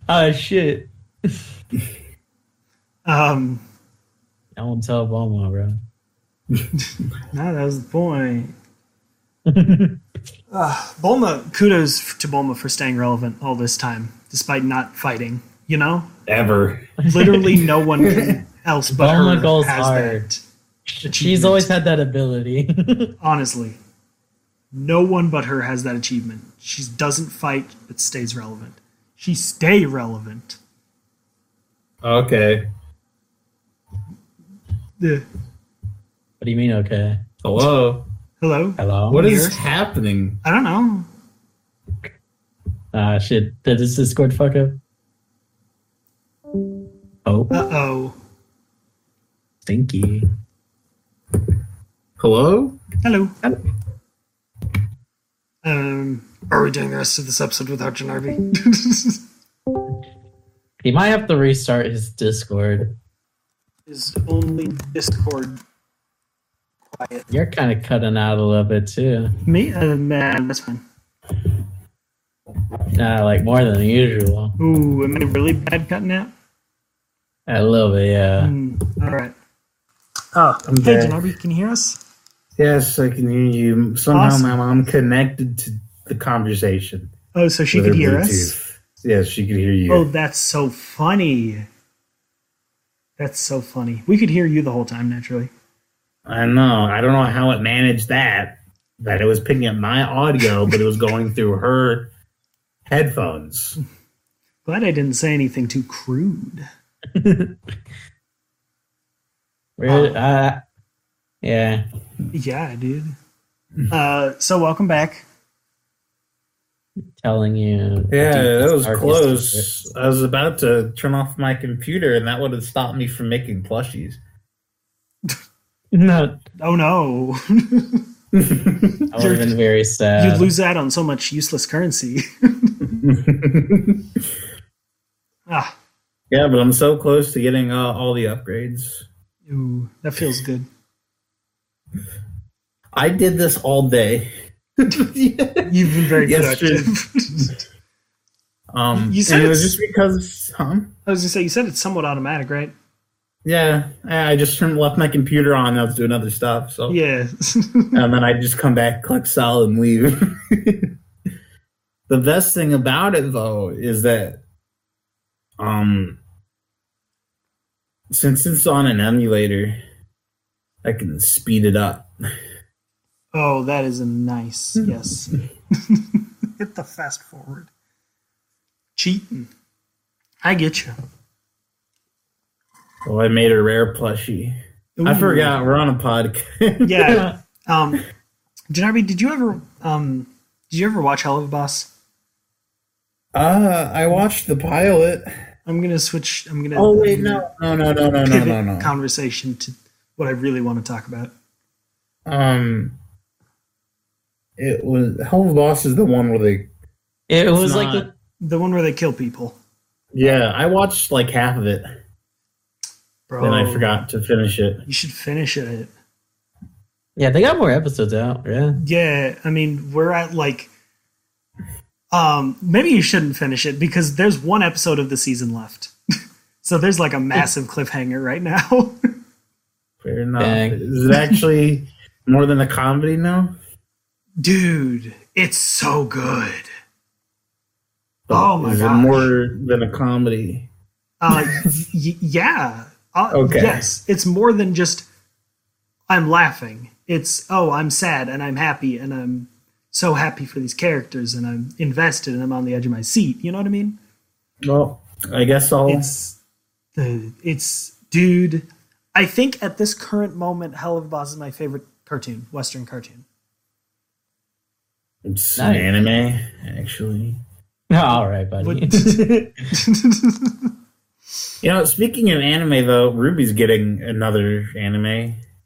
Speaker 2: oh shit!
Speaker 1: <laughs> Um,
Speaker 2: I won't tell Bulma, bro.
Speaker 1: no, that was the point.
Speaker 2: <laughs>
Speaker 1: uh, Bulma, kudos f- to Bulma for staying relevant all this time, despite not fighting. You know,
Speaker 3: Ever.
Speaker 1: literally no
Speaker 2: <laughs>
Speaker 1: one can- else but
Speaker 2: Bulma
Speaker 1: her
Speaker 2: goes
Speaker 1: has
Speaker 2: hard.
Speaker 1: that.
Speaker 2: She's always had that ability. <laughs>
Speaker 1: Honestly, no one but her has that achievement. She doesn't fight, but stays relevant. She stay relevant.
Speaker 3: Okay.
Speaker 1: Ugh.
Speaker 2: what do you mean? Okay.
Speaker 3: Hello.
Speaker 1: Hello.
Speaker 2: Hello.
Speaker 3: What
Speaker 1: is
Speaker 3: happening?
Speaker 1: I don't know.
Speaker 2: Ah shit! Did this Discord fuck up? Oh,
Speaker 1: Uh oh.
Speaker 2: stinky.
Speaker 3: Hello?
Speaker 1: Hello.
Speaker 2: Hello.
Speaker 1: Um, are we doing the rest of this episode without <laughs> Janarvi?
Speaker 2: He might have to restart his Discord.
Speaker 1: Is only Discord quiet?
Speaker 2: You're kind of cutting out a little bit too.
Speaker 1: Me? Uh, man, that's fine.
Speaker 2: Nah, like more than usual.
Speaker 1: Ooh, am I really bad cutting out?
Speaker 2: A little bit, yeah.
Speaker 1: Hmm, all right. Oh,
Speaker 3: I'm
Speaker 1: hey,
Speaker 3: back.
Speaker 1: Janarvi, can you hear us?
Speaker 3: Yes, I can hear you. Somehow
Speaker 1: Awesome.
Speaker 3: my mom connected to the conversation.
Speaker 1: Oh, so she
Speaker 3: with
Speaker 1: could
Speaker 3: her
Speaker 1: hear us.
Speaker 3: Bluetooth. Yes, she could hear you.
Speaker 1: Oh, that's so funny. That's so funny. We could hear you the whole time, naturally.
Speaker 3: I know. I don't know how it managed that. That it was picking up my audio, but it was going through her headphones.
Speaker 1: Glad I didn't say anything too crude.
Speaker 2: We're, uh, yeah.
Speaker 3: Hmm.
Speaker 1: Yeah, dude. Uh, so welcome back.
Speaker 2: Telling you.
Speaker 3: Yeah, that was
Speaker 2: Our
Speaker 3: close. I was about to turn off my computer, and that would have stopped me from making plushies.
Speaker 2: No,
Speaker 1: Oh no. <laughs>
Speaker 2: I would have
Speaker 3: <laughs>
Speaker 2: been very sad.
Speaker 3: Um,
Speaker 1: You'd lose out on so much useless currency. ah,
Speaker 3: Yeah, but I'm so close to getting uh, all the upgrades.
Speaker 1: ooh, that feels good.
Speaker 3: I did this all
Speaker 1: <laughs>
Speaker 3: day. Um,
Speaker 1: You've been very
Speaker 3: Yes,
Speaker 1: productive.
Speaker 3: Um,
Speaker 1: You said
Speaker 3: and it was
Speaker 1: it's-
Speaker 3: just because, huh?
Speaker 1: <laughs> I was gonna say you said it's somewhat automatic, right?
Speaker 3: Yeah, I I just turned left my computer on. I was doing other stuff, so
Speaker 1: Yeah. <laughs>
Speaker 3: and then I just come back, click solid, and leave. <laughs> the best thing about it, though, is that um, since it's on an emulator, I can speed it up.
Speaker 1: oh, that is a nice yes.
Speaker 3: <laughs>
Speaker 1: Hit the fast forward. Cheating. I get you.
Speaker 3: So Oh, I made a rare plushie. I
Speaker 1: Ooh.
Speaker 3: forgot we're on a <laughs> podcast.
Speaker 1: Yeah. Um, Janabi, did you ever um, did you ever watch Hell of a Boss?
Speaker 3: Uh, I watched the pilot.
Speaker 1: I'm gonna switch. I'm gonna.
Speaker 3: Oh wait, no, no, no, no, no, no,
Speaker 1: pivot
Speaker 3: no,
Speaker 1: <laughs>
Speaker 3: no.
Speaker 1: conversation to what I really want to talk about.
Speaker 3: Um, it was Hell of a Boss is the one where they.
Speaker 2: it was like,
Speaker 3: not-
Speaker 2: the,
Speaker 1: The one where they kill people.
Speaker 3: Yeah, I watched like half of it,
Speaker 1: Bro.
Speaker 3: then
Speaker 1: Oh.
Speaker 3: I forgot to finish it.
Speaker 1: You should finish it.
Speaker 2: yeah, they got more episodes out. Yeah.
Speaker 1: Yeah, I mean, we're at like Um, maybe you shouldn't finish it because there's one episode of the season left. <laughs> so there's like a massive cliffhanger right now. <laughs>
Speaker 3: Fair enough.
Speaker 2: Dang.
Speaker 3: Is it actually more than a comedy now?
Speaker 1: Dude, it's so good. Oh my
Speaker 3: Is it
Speaker 1: gosh.
Speaker 3: more than a comedy?
Speaker 1: Uh, y- yeah. Uh,
Speaker 3: Okay.
Speaker 1: Yes, it's more than just I'm laughing. It's oh, I'm sad and I'm happy and I'm so happy for these characters and I'm invested and I'm on the edge of my seat. You know what I mean?
Speaker 3: Well, I guess I'll.
Speaker 1: It's the it's dude. I think at this current moment, Hell of a Boss is my favorite cartoon, Western cartoon.
Speaker 3: It's
Speaker 2: Nice.
Speaker 3: an anime, actually.
Speaker 2: All right, <laughs>
Speaker 3: <laughs>
Speaker 2: buddy.
Speaker 1: Would-
Speaker 3: You know, speaking of anime, though, Ruby's getting another
Speaker 1: <laughs>
Speaker 3: anime,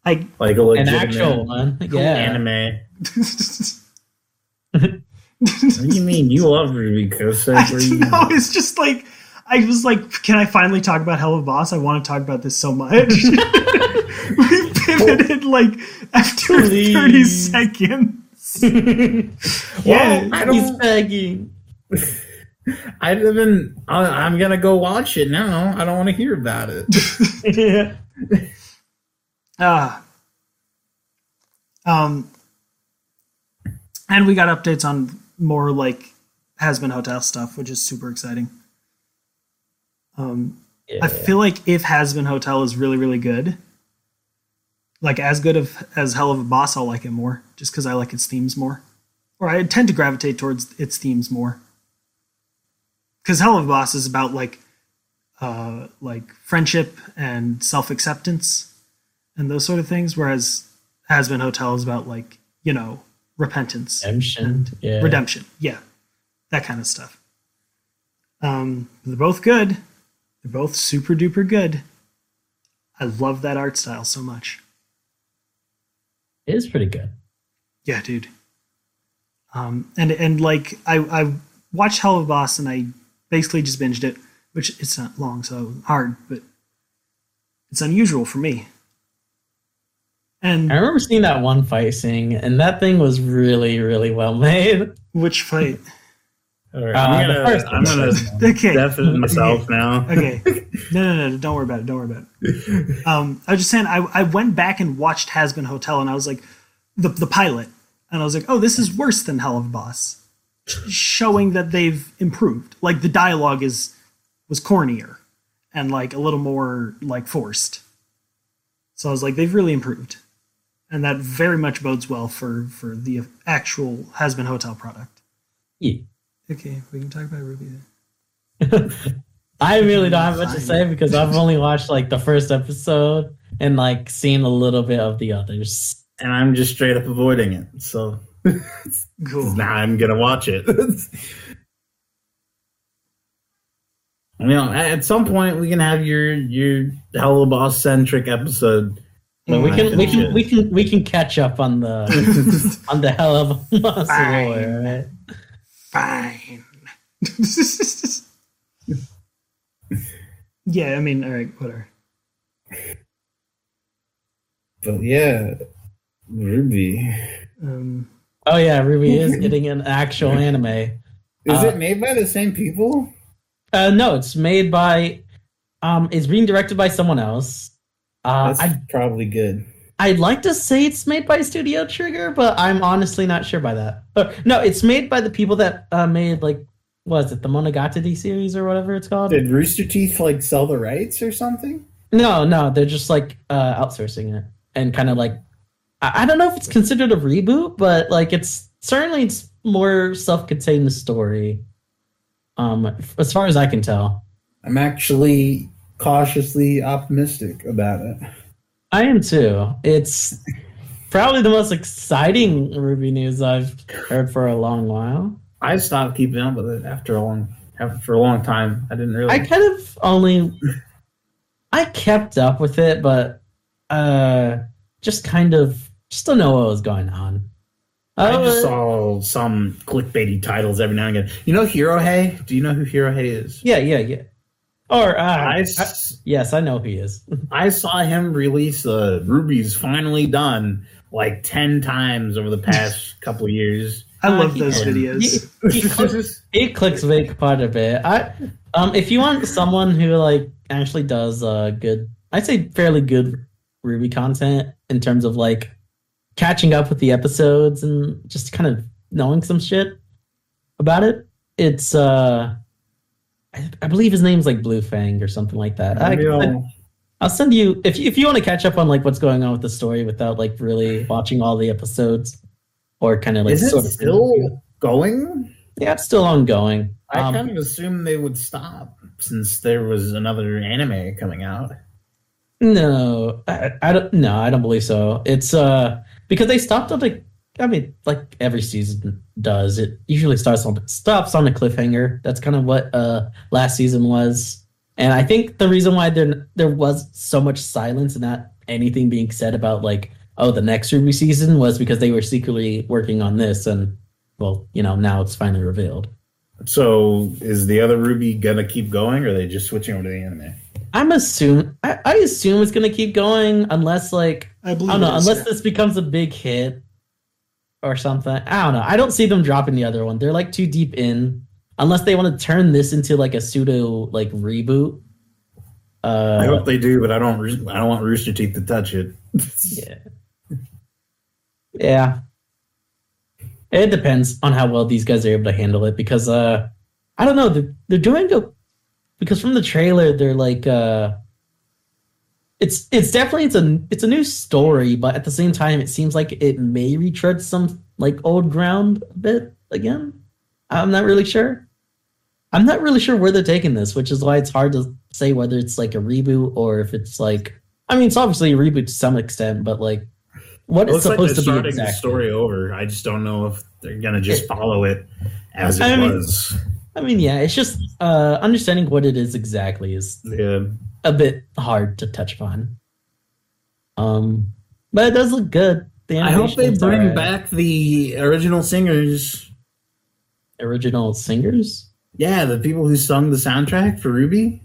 Speaker 1: I
Speaker 3: <laughs> like a
Speaker 2: An
Speaker 3: legitimate
Speaker 2: actual one. Yeah.
Speaker 3: anime. What do you mean you love Ruby Kosa?
Speaker 1: I
Speaker 3: Where you-
Speaker 1: don't know. It's just like I was like, can I finally talk about Hell of a Boss? I want to talk about this so much. <laughs> we pivoted like after thirty
Speaker 2: Please.
Speaker 1: seconds.
Speaker 3: Well, I
Speaker 2: He's
Speaker 3: don't.
Speaker 2: begging.
Speaker 3: I haven't. I- I'm gonna go watch it now. I don't want to hear about it.
Speaker 2: yeah.
Speaker 1: Ah. um, and we got updates on more like has been hotel stuff, which is super exciting. Um, I feel like if Has Been Hotel is really, really good, like as good of, as Hell of a Boss, I'll like it more just because I like its themes more. Or I tend to gravitate towards its themes more. Because Hell of a Boss is about like, uh, like friendship and self acceptance and those sort of things, whereas Has Been Hotel is about like, you know, repentance
Speaker 2: Redemption. Yeah.
Speaker 1: redemption yeah that kind of stuff um they're both good they're both super duper good i love that art style so much
Speaker 2: It is pretty good.
Speaker 1: yeah dude um and and like i i watched hell of a boss and i basically just binged it which it's not long so it wasn't hard but it's unusual for me
Speaker 2: I
Speaker 1: and
Speaker 2: remember seeing that one fight scene, and that thing was really, really well made. <laughs>
Speaker 1: which fight
Speaker 3: All right,
Speaker 2: Uh,
Speaker 3: I'm
Speaker 2: the
Speaker 3: gonna,
Speaker 2: first
Speaker 3: I'm
Speaker 1: <laughs>
Speaker 3: gonna
Speaker 1: okay
Speaker 3: deafen myself now.
Speaker 1: okay. <laughs> No, no, no. Don't worry about it. Don't worry about it. Um, I was just saying, I, I went back and watched Has Been Hotel, and I was like, the, the pilot. And I was like, oh, this is worse than Hell of a Boss. Showing that they've improved. Like, the dialogue is was cornier and, like, a little more, like, forced. So I was like, they've really improved. And that very much bodes well for, for the actual Has Been Hotel product.
Speaker 2: Yeah.
Speaker 1: Okay, we can talk about Ruby then.
Speaker 2: I really don't have much to say because I've only watched like the first episode and like seen a little bit of the others.
Speaker 3: And I'm just straight up avoiding it. So
Speaker 1: Cool.
Speaker 3: now I'm gonna watch it. <laughs> I mean, at some point we can have your your Hello Boss centric episode.
Speaker 2: But we
Speaker 1: Mm.
Speaker 2: can we can we can we can catch up on the on the hell of a <laughs> monster
Speaker 1: Fine.
Speaker 2: lore, right?
Speaker 1: fine. <laughs> yeah, I mean, all right, whatever.
Speaker 3: but yeah, Ruby
Speaker 1: Um,
Speaker 2: Oh yeah, Ruby is getting an actual anime.
Speaker 3: is
Speaker 2: Uh,
Speaker 3: it made by the same people?
Speaker 2: Uh, no, it's made by um it's being directed by someone else. Uh,
Speaker 3: That's
Speaker 2: I
Speaker 3: probably good.
Speaker 2: I'd like to say it's made by Studio Trigger, but I'm honestly not sure by that. Uh, no, it's made by the people that uh, made like was it the Monogatari series or whatever it's called?
Speaker 3: Did Rooster Teeth like sell the rights or something?
Speaker 2: No, no, they're just like uh, outsourcing it and kind of like I-, I don't know if it's considered a reboot, but like it's certainly it's more self-contained story. Um, f- as far as I can tell,
Speaker 3: I'm actually cautiously optimistic about it.
Speaker 2: I am too. It's probably the most exciting Ruby news I've heard for a long while.
Speaker 3: I stopped keeping up with it after a long after a long time. I didn't really.
Speaker 2: I kind of only I kept up with it, but uh just kind of just don't know what was going on.
Speaker 3: I
Speaker 2: Uh,
Speaker 3: just saw some clickbaity titles every now and again. You know Hirohei? Do you know who Hirohei is?
Speaker 2: yeah, yeah, yeah. Or uh,
Speaker 3: I,
Speaker 2: I,
Speaker 3: s-
Speaker 2: yes, I know who he is.
Speaker 3: I saw him release <laughs> uh, Ruby's Finally Done like 10 times over the past couple years.
Speaker 1: I
Speaker 2: Uh,
Speaker 1: love
Speaker 2: he-
Speaker 1: those
Speaker 2: he-
Speaker 1: videos.
Speaker 2: He,
Speaker 3: <laughs>
Speaker 2: clicks, he clicks bait quite a bit. I, um, if you want someone who like actually does uh good, I'd say fairly good Ruby content in terms of like catching up with the episodes and just kind of knowing some shit about it. It's uh, I, I believe his name's like Blue Fang or something like that. I, I,
Speaker 3: Real-
Speaker 2: I'll send you if if you want to catch up on like what's going on with the story without like really watching all the episodes or kind of like
Speaker 3: is it
Speaker 2: sort of-
Speaker 3: still going?
Speaker 2: yeah, it's still ongoing.
Speaker 3: I
Speaker 2: Um,
Speaker 3: kind of assumed they would stop since there was another anime coming out.
Speaker 2: no, I, I don't. No, I don't believe so. It's uh because they stopped on like I mean like every season does. It usually starts on stops on a cliffhanger. That's kind of what uh last season was. And I think the reason why there there was so much silence and not anything being said about like oh the next Ruby season was because they were secretly working on this and well you know now it's finally revealed.
Speaker 3: So is the other Ruby gonna keep going, or are they just switching over to the anime?
Speaker 2: I'm assume I, I assume it's gonna keep going unless like
Speaker 1: I believe.
Speaker 2: I don't know,
Speaker 1: it is,
Speaker 2: unless
Speaker 1: yeah.
Speaker 2: this becomes a big hit or something. I don't know. I don't see them dropping the other one. They're like too deep in. Unless they want to turn this into like a pseudo like reboot.
Speaker 3: I
Speaker 2: Uh,
Speaker 3: hope they do, but I don't. I don't want Rooster Teeth to touch it.
Speaker 2: yeah. yeah. It depends on how well these guys are able to handle it because uh I don't know, they're, they're doing a because from the trailer they're like uh it's it's definitely it's a it's a new story, but at the same time it seems like it may retread some like old ground a bit again. I'm not really sure. I'm not really sure where they're taking this, which is why it's hard to say whether it's like a reboot or if it's like I mean it's obviously a reboot to some extent, but like what
Speaker 3: It
Speaker 2: it's
Speaker 3: looks like
Speaker 2: supposed
Speaker 3: they're
Speaker 2: to be
Speaker 3: starting
Speaker 2: exactly.
Speaker 3: the story over. I just don't know if they're gonna just follow it as it
Speaker 2: I mean-
Speaker 3: was.
Speaker 2: I mean, yeah, it's just uh, understanding what it is exactly is
Speaker 3: Yeah.
Speaker 2: a bit hard to touch upon. Um, but it does look good. The
Speaker 3: I hope they
Speaker 2: animation's
Speaker 3: bring
Speaker 2: alright.
Speaker 3: back the original singers.
Speaker 2: original singers.
Speaker 3: Yeah, the people who sung the soundtrack for Ruby.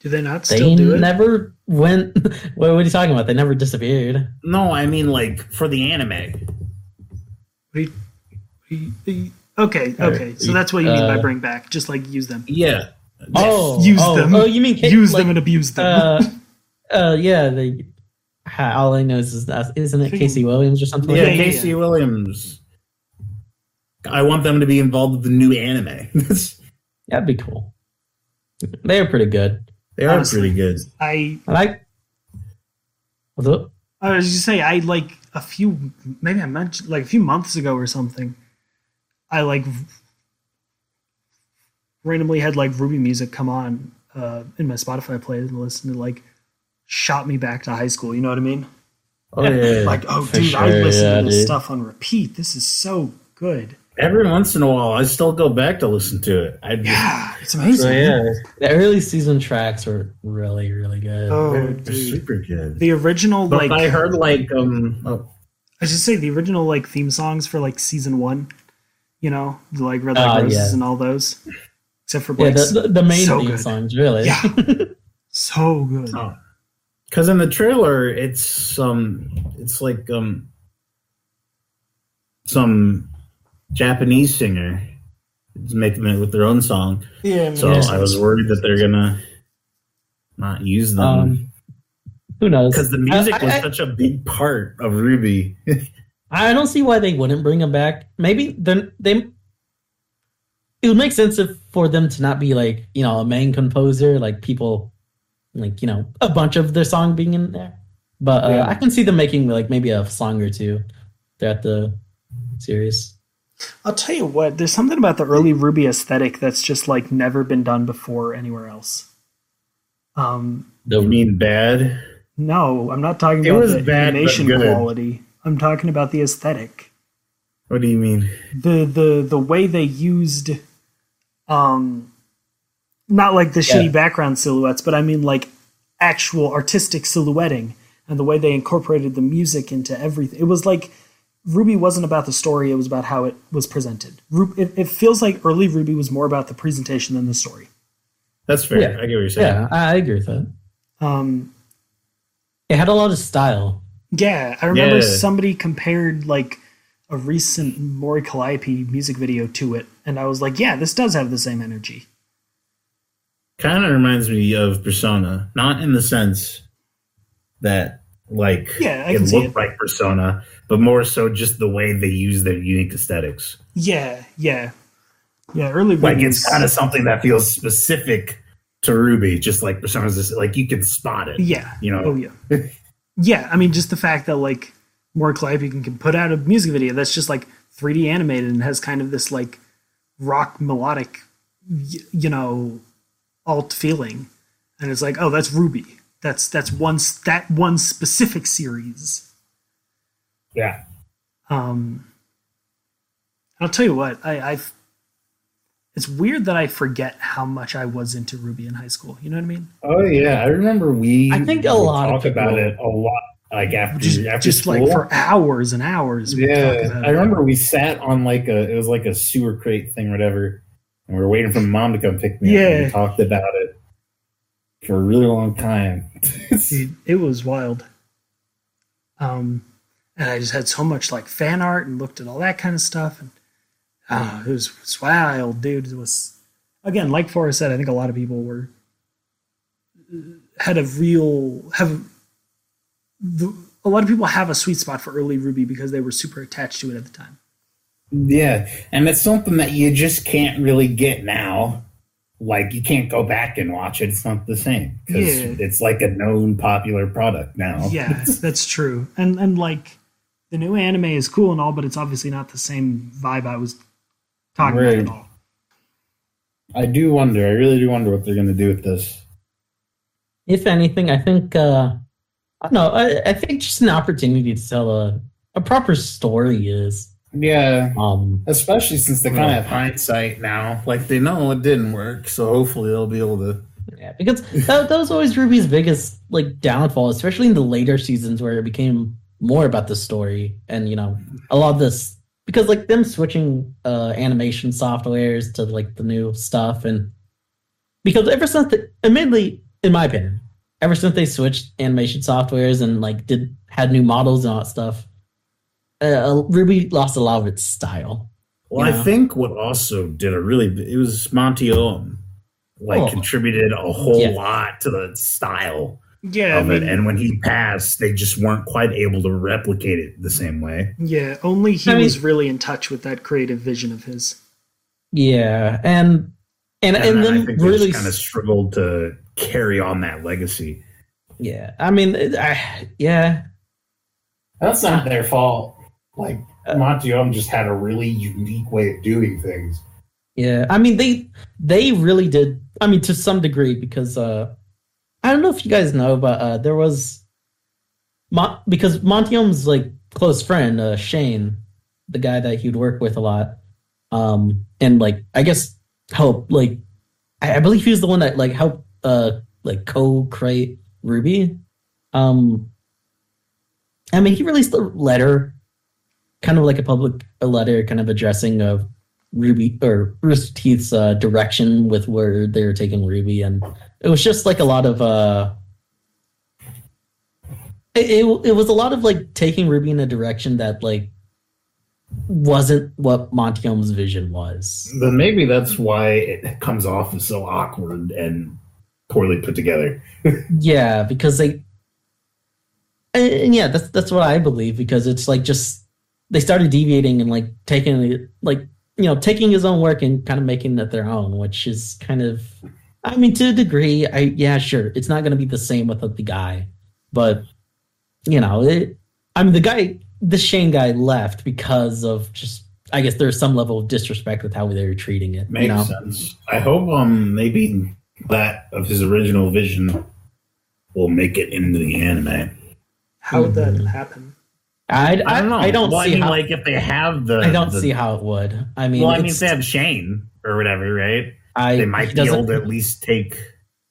Speaker 1: do they not
Speaker 2: They
Speaker 1: still do it?
Speaker 2: never went. <laughs> what, what are you talking about? They never disappeared.
Speaker 3: No, I mean like for the anime.
Speaker 1: We- we- we- okay, okay. So that's what you mean by
Speaker 2: Uh,
Speaker 1: bring back. Just like use them,
Speaker 3: Yeah.
Speaker 2: Oh,
Speaker 1: Use
Speaker 2: oh,
Speaker 1: them.
Speaker 2: Oh, you mean
Speaker 1: use them
Speaker 2: like,
Speaker 1: and abuse them. <laughs>
Speaker 2: uh, uh, yeah. They, ha- all I know is that isn't it Casey Williams or something?
Speaker 3: Yeah,
Speaker 2: like
Speaker 1: yeah,
Speaker 3: Casey
Speaker 1: yeah.
Speaker 3: Williams. I want them to be involved with the new anime. <laughs>
Speaker 2: that? That'd be cool. They are pretty good.
Speaker 3: they are
Speaker 1: Honestly.
Speaker 3: pretty good.
Speaker 1: I
Speaker 2: I like. What's up?
Speaker 1: I was just say I like a few maybe I mentioned like a few months ago or something. I like randomly had like Ruby music come on uh, in my Spotify playlist and listened to like shot me back to high school. You know what I mean?
Speaker 3: Oh yeah.
Speaker 1: Like oh
Speaker 2: for
Speaker 1: dude, I
Speaker 2: sure,
Speaker 1: listen
Speaker 2: yeah,
Speaker 1: to this
Speaker 2: dude.
Speaker 1: stuff on repeat. This is so good.
Speaker 3: <laughs> Every once in a while, I still go back to listen to it. I
Speaker 1: Yeah, it's amazing.
Speaker 3: So
Speaker 2: Oh,
Speaker 3: yeah,
Speaker 2: The early season tracks were really, really good.
Speaker 1: Oh
Speaker 3: they're
Speaker 1: dude,
Speaker 3: super good.
Speaker 1: the original
Speaker 3: But
Speaker 1: like
Speaker 3: I heard like um, oh,
Speaker 1: I should say the original like theme songs for like season one, you know, the, like Red
Speaker 2: Ah,
Speaker 1: Light Roses
Speaker 2: yeah.
Speaker 1: and all those, except for
Speaker 2: yeah,
Speaker 1: Blake's.
Speaker 2: the, the, the main
Speaker 1: so
Speaker 2: theme
Speaker 1: good.
Speaker 2: songs, really.
Speaker 1: Yeah. so good.
Speaker 3: oh, because in the trailer it's um, it's like um, some Japanese singer is making it with their own song.
Speaker 1: Yeah,
Speaker 3: So I was worried that they're gonna not use them
Speaker 2: Um, who knows?
Speaker 3: because the music
Speaker 2: I-
Speaker 3: was
Speaker 2: I-
Speaker 3: such a big part of Ruby.
Speaker 2: I don't see why they wouldn't bring them back. Maybe then they. It would make sense if, for them to not be like you know a main composer, like people, like you know a bunch of their song being in there. But uh,
Speaker 3: Yeah.
Speaker 2: I can see them making like maybe a song or two throughout the series.
Speaker 1: I'll tell you what. There's something about the early Ruby aesthetic that's just like never been done before anywhere else. Um,
Speaker 2: The
Speaker 3: I mean, bad.
Speaker 1: no, I'm not talking
Speaker 3: It
Speaker 1: about
Speaker 3: was
Speaker 1: the
Speaker 3: bad, but
Speaker 1: animation
Speaker 3: good.
Speaker 1: quality. I'm talking about the aesthetic.
Speaker 3: What do you mean?
Speaker 1: the the the way they used um not like the
Speaker 2: Yeah.
Speaker 1: shitty background silhouettes but i mean like actual artistic silhouetting and the way they incorporated the music into everything it was like ruby wasn't about the story it was about how it was presented Ru- it, it feels like early ruby was more about the presentation than the story
Speaker 3: That's fair.
Speaker 2: Yeah.
Speaker 3: I get what you're saying.
Speaker 2: yeah, I I agree with that.
Speaker 1: um
Speaker 2: It had a lot of style.
Speaker 1: Yeah, I remember
Speaker 3: Yeah.
Speaker 1: somebody compared like a recent Maury Calliope music video to it, and I was like, yeah, this does have the same energy.
Speaker 3: Kind of reminds me of Persona, not in the sense that like
Speaker 1: Yeah, I
Speaker 3: it
Speaker 1: can see
Speaker 3: looked
Speaker 1: it.
Speaker 3: like Persona, but more so just the way they use their unique aesthetics.
Speaker 1: Yeah, yeah, yeah. Early
Speaker 3: Like
Speaker 1: videos-
Speaker 3: it's kind of something that feels specific to Ruby, just like Persona's. Just, like you can spot it.
Speaker 1: Yeah.
Speaker 3: you know?
Speaker 1: Oh yeah. <laughs> yeah, I mean just the fact that like Mark Leib can, can put out a music video that's just like 3D animated and has kind of this like rock melodic y- you know alt feeling and it's like, "Oh, that's Ruby. That's that's one s- that one specific series."
Speaker 3: yeah.
Speaker 1: Um, I'll tell you what, I, I've. It's weird that I forget how much I was into Ruby in high school. You know what I mean?
Speaker 3: Oh yeah, I remember we.
Speaker 2: I think a
Speaker 3: would
Speaker 2: lot of
Speaker 3: talk about
Speaker 2: people-
Speaker 3: it a lot, like after
Speaker 1: Just,
Speaker 3: after
Speaker 1: just like
Speaker 3: school.
Speaker 1: for hours and hours. we talked
Speaker 3: Yeah,
Speaker 1: about
Speaker 3: I
Speaker 1: it.
Speaker 3: remember we sat on like a it was like a sewer crate thing or whatever, and we were waiting for mom to come pick me up. And
Speaker 1: Yeah.
Speaker 3: we talked about it for a really long time. <laughs>
Speaker 1: Dude, it was wild. Um, and I just had so much like fan art and looked at all that kind of stuff, and uh, it was, it was wild, dude. It was again, like Forrest said, I think a lot of people were had a real have the, a lot of people have a sweet spot for early Ruby because they were super attached to it at the time.
Speaker 3: yeah, and it's something that you just can't really get now. Like you can't go back and watch it; it's not the same because
Speaker 1: Yeah.
Speaker 3: it's like a known popular product now.
Speaker 1: Yeah, that's true. And and like the new anime is cool and all, but it's obviously not the same vibe I was talking about
Speaker 3: Right.
Speaker 1: at all.
Speaker 3: I do wonder. I really do wonder what they're going to do with this.
Speaker 2: if anything, I think uh, I don't know. I, I think just an opportunity to tell a a proper story is
Speaker 3: Yeah,
Speaker 2: um
Speaker 3: Especially since they kind of have hindsight now. Like they know it didn't work, so hopefully they'll be able to.
Speaker 2: yeah, because that, that was always Ruby's biggest like downfall, especially in the later seasons where it became more about the story and you know a lot of this because like them switching uh animation softwares to like the new stuff and because ever since the, admittedly in my opinion ever since they switched animation softwares and like did had new models and all that stuff uh, ruby lost a lot of its style
Speaker 3: Well,
Speaker 2: Yeah.
Speaker 3: I think what also did a really b- it was Monty Ohm, like
Speaker 2: Oh.
Speaker 3: contributed a whole
Speaker 2: Yeah.
Speaker 3: lot to the style
Speaker 1: Yeah,
Speaker 3: of it. Um, And when he passed, they just weren't quite able to replicate it the same way.
Speaker 1: Yeah, only he
Speaker 2: I mean-
Speaker 1: was really in touch with that creative vision of his.
Speaker 2: yeah and and and,
Speaker 3: I
Speaker 2: then
Speaker 3: think they
Speaker 2: really
Speaker 3: just kind of struggled to carry on that legacy.
Speaker 2: Yeah, I mean, it- I, yeah,
Speaker 3: That's not their fault. Like
Speaker 2: Uh,
Speaker 3: Monty Ohm just had a really unique way of doing things.
Speaker 2: yeah. I mean, they they really did. I mean, to some degree, because uh, I don't know if you guys know, but uh, there was Mon- because Montium's like close friend uh, Shane, the guy that he'd work with a lot, um, and like I guess help like I, I believe he was the one that like helped uh like co-create Ruby. Um, I mean, he released a letter, kind of like a public a letter, kind of addressing of Ruby or Rooster Teeth's uh, direction with where they were taking Ruby, and it was just like a lot of uh, it, it it was a lot of like taking Ruby in a direction that like wasn't what Montium's vision was.
Speaker 3: Then maybe that's why it comes off as so awkward and poorly put together.
Speaker 2: Yeah, because they and, and yeah, that's that's what I believe because it's like just they started deviating and like taking it like you know taking his own work and kind of making it their own, which is kind of I mean to a degree, I yeah sure it's not going to be the same without the guy, but you know it. I mean the guy the Shane guy left because of just I guess there's some level of disrespect with how they were treating it.
Speaker 3: Makes
Speaker 2: you know?
Speaker 3: sense. I hope um maybe that of his original vision will make it into the anime.
Speaker 1: How would that
Speaker 3: Mm-hmm.
Speaker 2: Mhm.
Speaker 1: happen?
Speaker 2: I, I, I don't
Speaker 3: well, I
Speaker 2: see
Speaker 3: mean,
Speaker 2: how
Speaker 3: like if they have the
Speaker 2: I don't
Speaker 3: the-
Speaker 2: see how it would. I mean,
Speaker 3: well, I mean,
Speaker 2: it's-
Speaker 3: if they have Shane or whatever, right?
Speaker 2: I
Speaker 3: They might
Speaker 2: he
Speaker 3: be
Speaker 2: doesn't-
Speaker 3: able to at least take.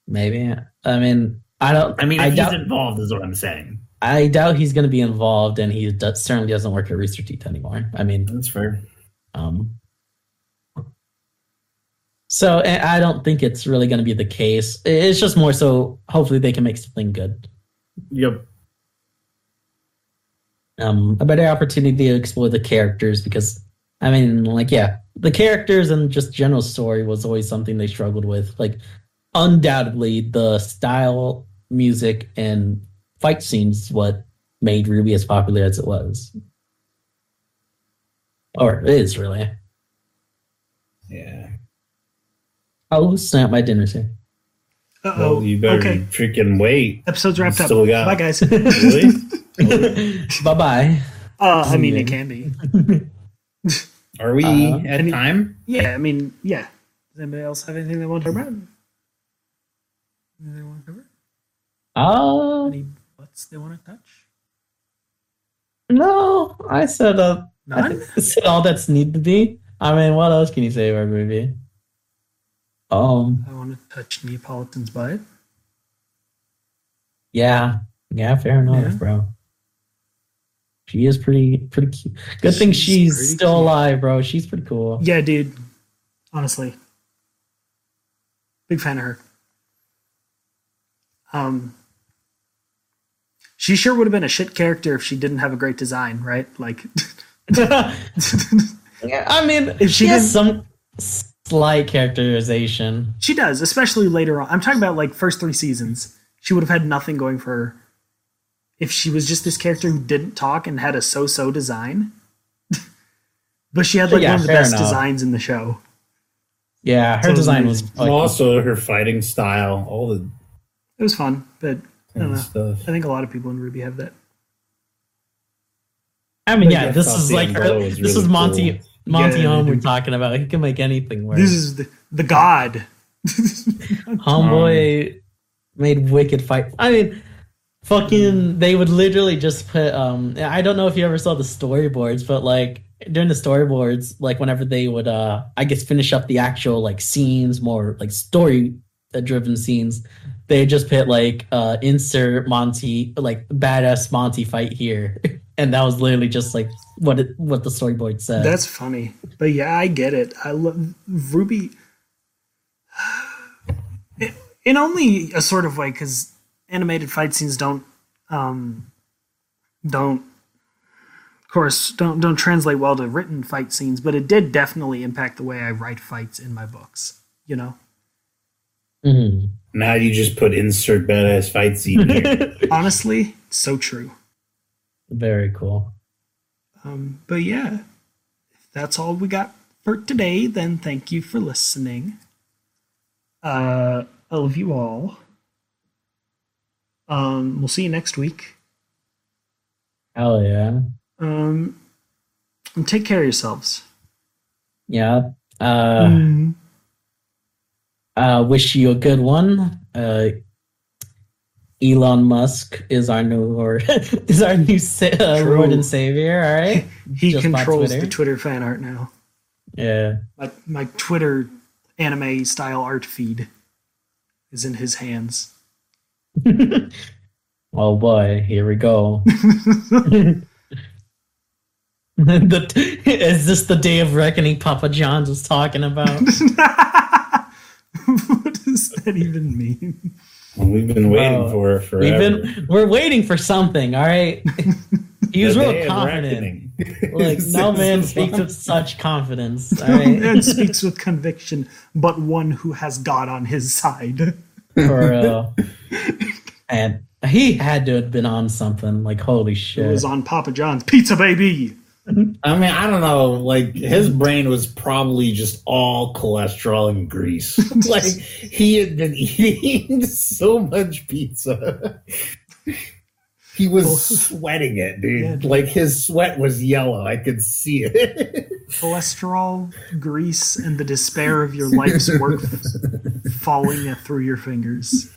Speaker 2: Maybe. I mean, I don't.
Speaker 3: I mean, if
Speaker 2: I
Speaker 3: he's
Speaker 2: doubt.
Speaker 3: involved, is what I'm saying.
Speaker 2: I doubt he's going to be involved, and he do- certainly doesn't work at Rooster Teeth anymore. I mean,
Speaker 3: That's fair.
Speaker 2: um. So and I don't think it's really going to be the case. I- It's just more so. Hopefully, they can make something good.
Speaker 3: Yep.
Speaker 2: um, a better opportunity to explore the characters because I mean, like, yeah, the characters and just general story was always something they struggled with. Like, undoubtedly, the style, music, and fight scenes what made Ruby as popular as it was, or is really.
Speaker 3: Yeah.
Speaker 2: Oh snap! My dinner's here.
Speaker 1: Uh oh.
Speaker 3: Well, you better
Speaker 1: okay.
Speaker 3: freaking wait.
Speaker 1: Episode's wrapped up.
Speaker 3: Still got-
Speaker 1: Bye, guys.
Speaker 3: <laughs>
Speaker 2: <laughs>
Speaker 3: Really?
Speaker 2: bye bye.
Speaker 1: <laughs> Uh, I mean, it can be.
Speaker 3: Are we
Speaker 2: Uh,
Speaker 3: at
Speaker 1: any-
Speaker 3: time?
Speaker 1: Yeah, I mean, yeah. Does anybody else have anything they want to talk about? Anything they want to cover?
Speaker 2: Oh
Speaker 1: Any butts they want to touch?
Speaker 2: no! I said uh, I
Speaker 1: None?
Speaker 2: think- said all <laughs> that's need to be. I mean, what else can you say about a movie? Um.
Speaker 1: I want to touch Neapolitan's butt.
Speaker 2: Yeah. Yeah. Fair enough,
Speaker 1: Yeah.
Speaker 2: bro. She is pretty, pretty cute. Good thing
Speaker 1: She's
Speaker 2: she's,
Speaker 1: pretty
Speaker 2: still
Speaker 1: cute.
Speaker 2: alive, bro. She's pretty
Speaker 1: <laughs>
Speaker 2: cool.
Speaker 1: Yeah, dude. Honestly. Big fan of her. Um She sure would have been a shit character if she didn't have a great design, right? Like <laughs>
Speaker 2: Yeah. I mean,
Speaker 1: If she
Speaker 2: she has
Speaker 1: didn't-
Speaker 2: some slight characterization.
Speaker 1: she does, especially later on. I'm talking about like first 3 seasons. She would have had nothing going for her if she was just this character who didn't talk and had a so-so design. <laughs> but she had like
Speaker 2: Yeah,
Speaker 1: one of the
Speaker 2: fair
Speaker 1: best
Speaker 2: enough.
Speaker 1: designs in the show.
Speaker 2: Yeah, her
Speaker 1: So
Speaker 2: design was.
Speaker 3: And
Speaker 2: fucking-
Speaker 3: also her fighting style, all the
Speaker 1: It was fun, but I
Speaker 3: kind
Speaker 1: don't
Speaker 3: of
Speaker 1: know.
Speaker 3: stuff.
Speaker 1: I think a lot of people in Ruby have that.
Speaker 2: I mean,
Speaker 3: But
Speaker 2: yeah,
Speaker 3: yeah,
Speaker 2: this
Speaker 3: South
Speaker 2: is
Speaker 3: Sea
Speaker 2: like
Speaker 3: Umbrella
Speaker 2: her,
Speaker 3: was
Speaker 2: this
Speaker 3: really
Speaker 2: is Monty
Speaker 3: cool.
Speaker 2: Monty
Speaker 1: Yeah,
Speaker 2: Home we're
Speaker 1: dude.
Speaker 2: talking about. He can make anything work.
Speaker 1: This is the, the god.
Speaker 2: Homeboy made wicked fight. I mean, fucking, they would literally just put. Um, I don't know if you ever saw the storyboards, but like during the storyboards, like whenever they would, uh, I guess finish up the actual like scenes, more like story driven scenes, they just put like uh, insert Monty like badass Monty fight here, <laughs> and that was literally just like what it, what the storyboard said.
Speaker 1: That's funny. But yeah, I get it. I love Ruby. <sighs> In- In only a sort of way, because animated fight scenes don't, um, don't, of course, don't don't translate well to written fight scenes. But it did definitely impact the way I write fights in my books. You know,
Speaker 2: Mhm.
Speaker 3: Now you just put insert badass fight scene here.
Speaker 1: honestly, so true.
Speaker 2: <laughs> Very cool.
Speaker 1: Um, but yeah, if that's all we got for today, then thank you for listening. Uh, I love you all. Um, we'll see you next week.
Speaker 2: Hell yeah.
Speaker 1: Um, and take care of yourselves.
Speaker 2: Yeah. Uh,
Speaker 1: Mm.
Speaker 2: uh, wish you a good one. Uh, Elon Musk is our new Lord, <laughs> is our new sa- uh,
Speaker 1: True.
Speaker 2: Lord and Savior. All
Speaker 3: <laughs>
Speaker 2: right.
Speaker 1: He
Speaker 2: Just by
Speaker 1: controls
Speaker 2: Twitter?
Speaker 1: the Twitter fan art now.
Speaker 2: Yeah.
Speaker 1: My my Twitter anime style art feed is in his hands. <laughs>
Speaker 2: Oh boy, here we
Speaker 3: <laughs>
Speaker 2: go. The- is this the day of reckoning Papa John's was talking
Speaker 3: <laughs>
Speaker 2: about?
Speaker 1: what does that even mean?
Speaker 2: <laughs>
Speaker 3: We've been waiting
Speaker 2: Wow.
Speaker 3: for it forever.
Speaker 2: We've been we're waiting for something. All
Speaker 3: <laughs>
Speaker 2: right. He was
Speaker 3: The
Speaker 2: real
Speaker 3: day of
Speaker 2: confident.
Speaker 3: reckoning. <laughs>
Speaker 2: Like no man speaks with such confidence. All right.
Speaker 1: and speaks with conviction, but one who has God on his side. <laughs>
Speaker 2: for real. and he had to have been on something. Like holy
Speaker 1: It
Speaker 2: shit!
Speaker 1: was on Papa John's Pizza Baby.
Speaker 3: I mean, I don't know. Like his brain was probably just all cholesterol and
Speaker 2: <laughs>
Speaker 3: grease. <laughs> like he had been <laughs> eating so much pizza. he was sweating it,
Speaker 1: Yeah,
Speaker 3: dude.
Speaker 1: dude.
Speaker 3: Like his sweat was yellow. I could see it. <laughs>
Speaker 1: Cholesterol, grease, and the despair of your life's work falling through your fingers.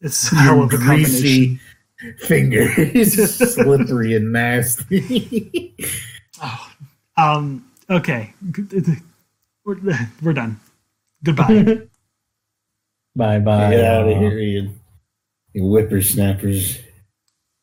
Speaker 1: It's a hell of a combination.
Speaker 3: Greasy fingers, <laughs> slippery and nasty.
Speaker 1: Um, okay. We're, we're done. Goodbye.
Speaker 2: bye bye. Uh,
Speaker 3: Get out of here, you, you whippersnappers.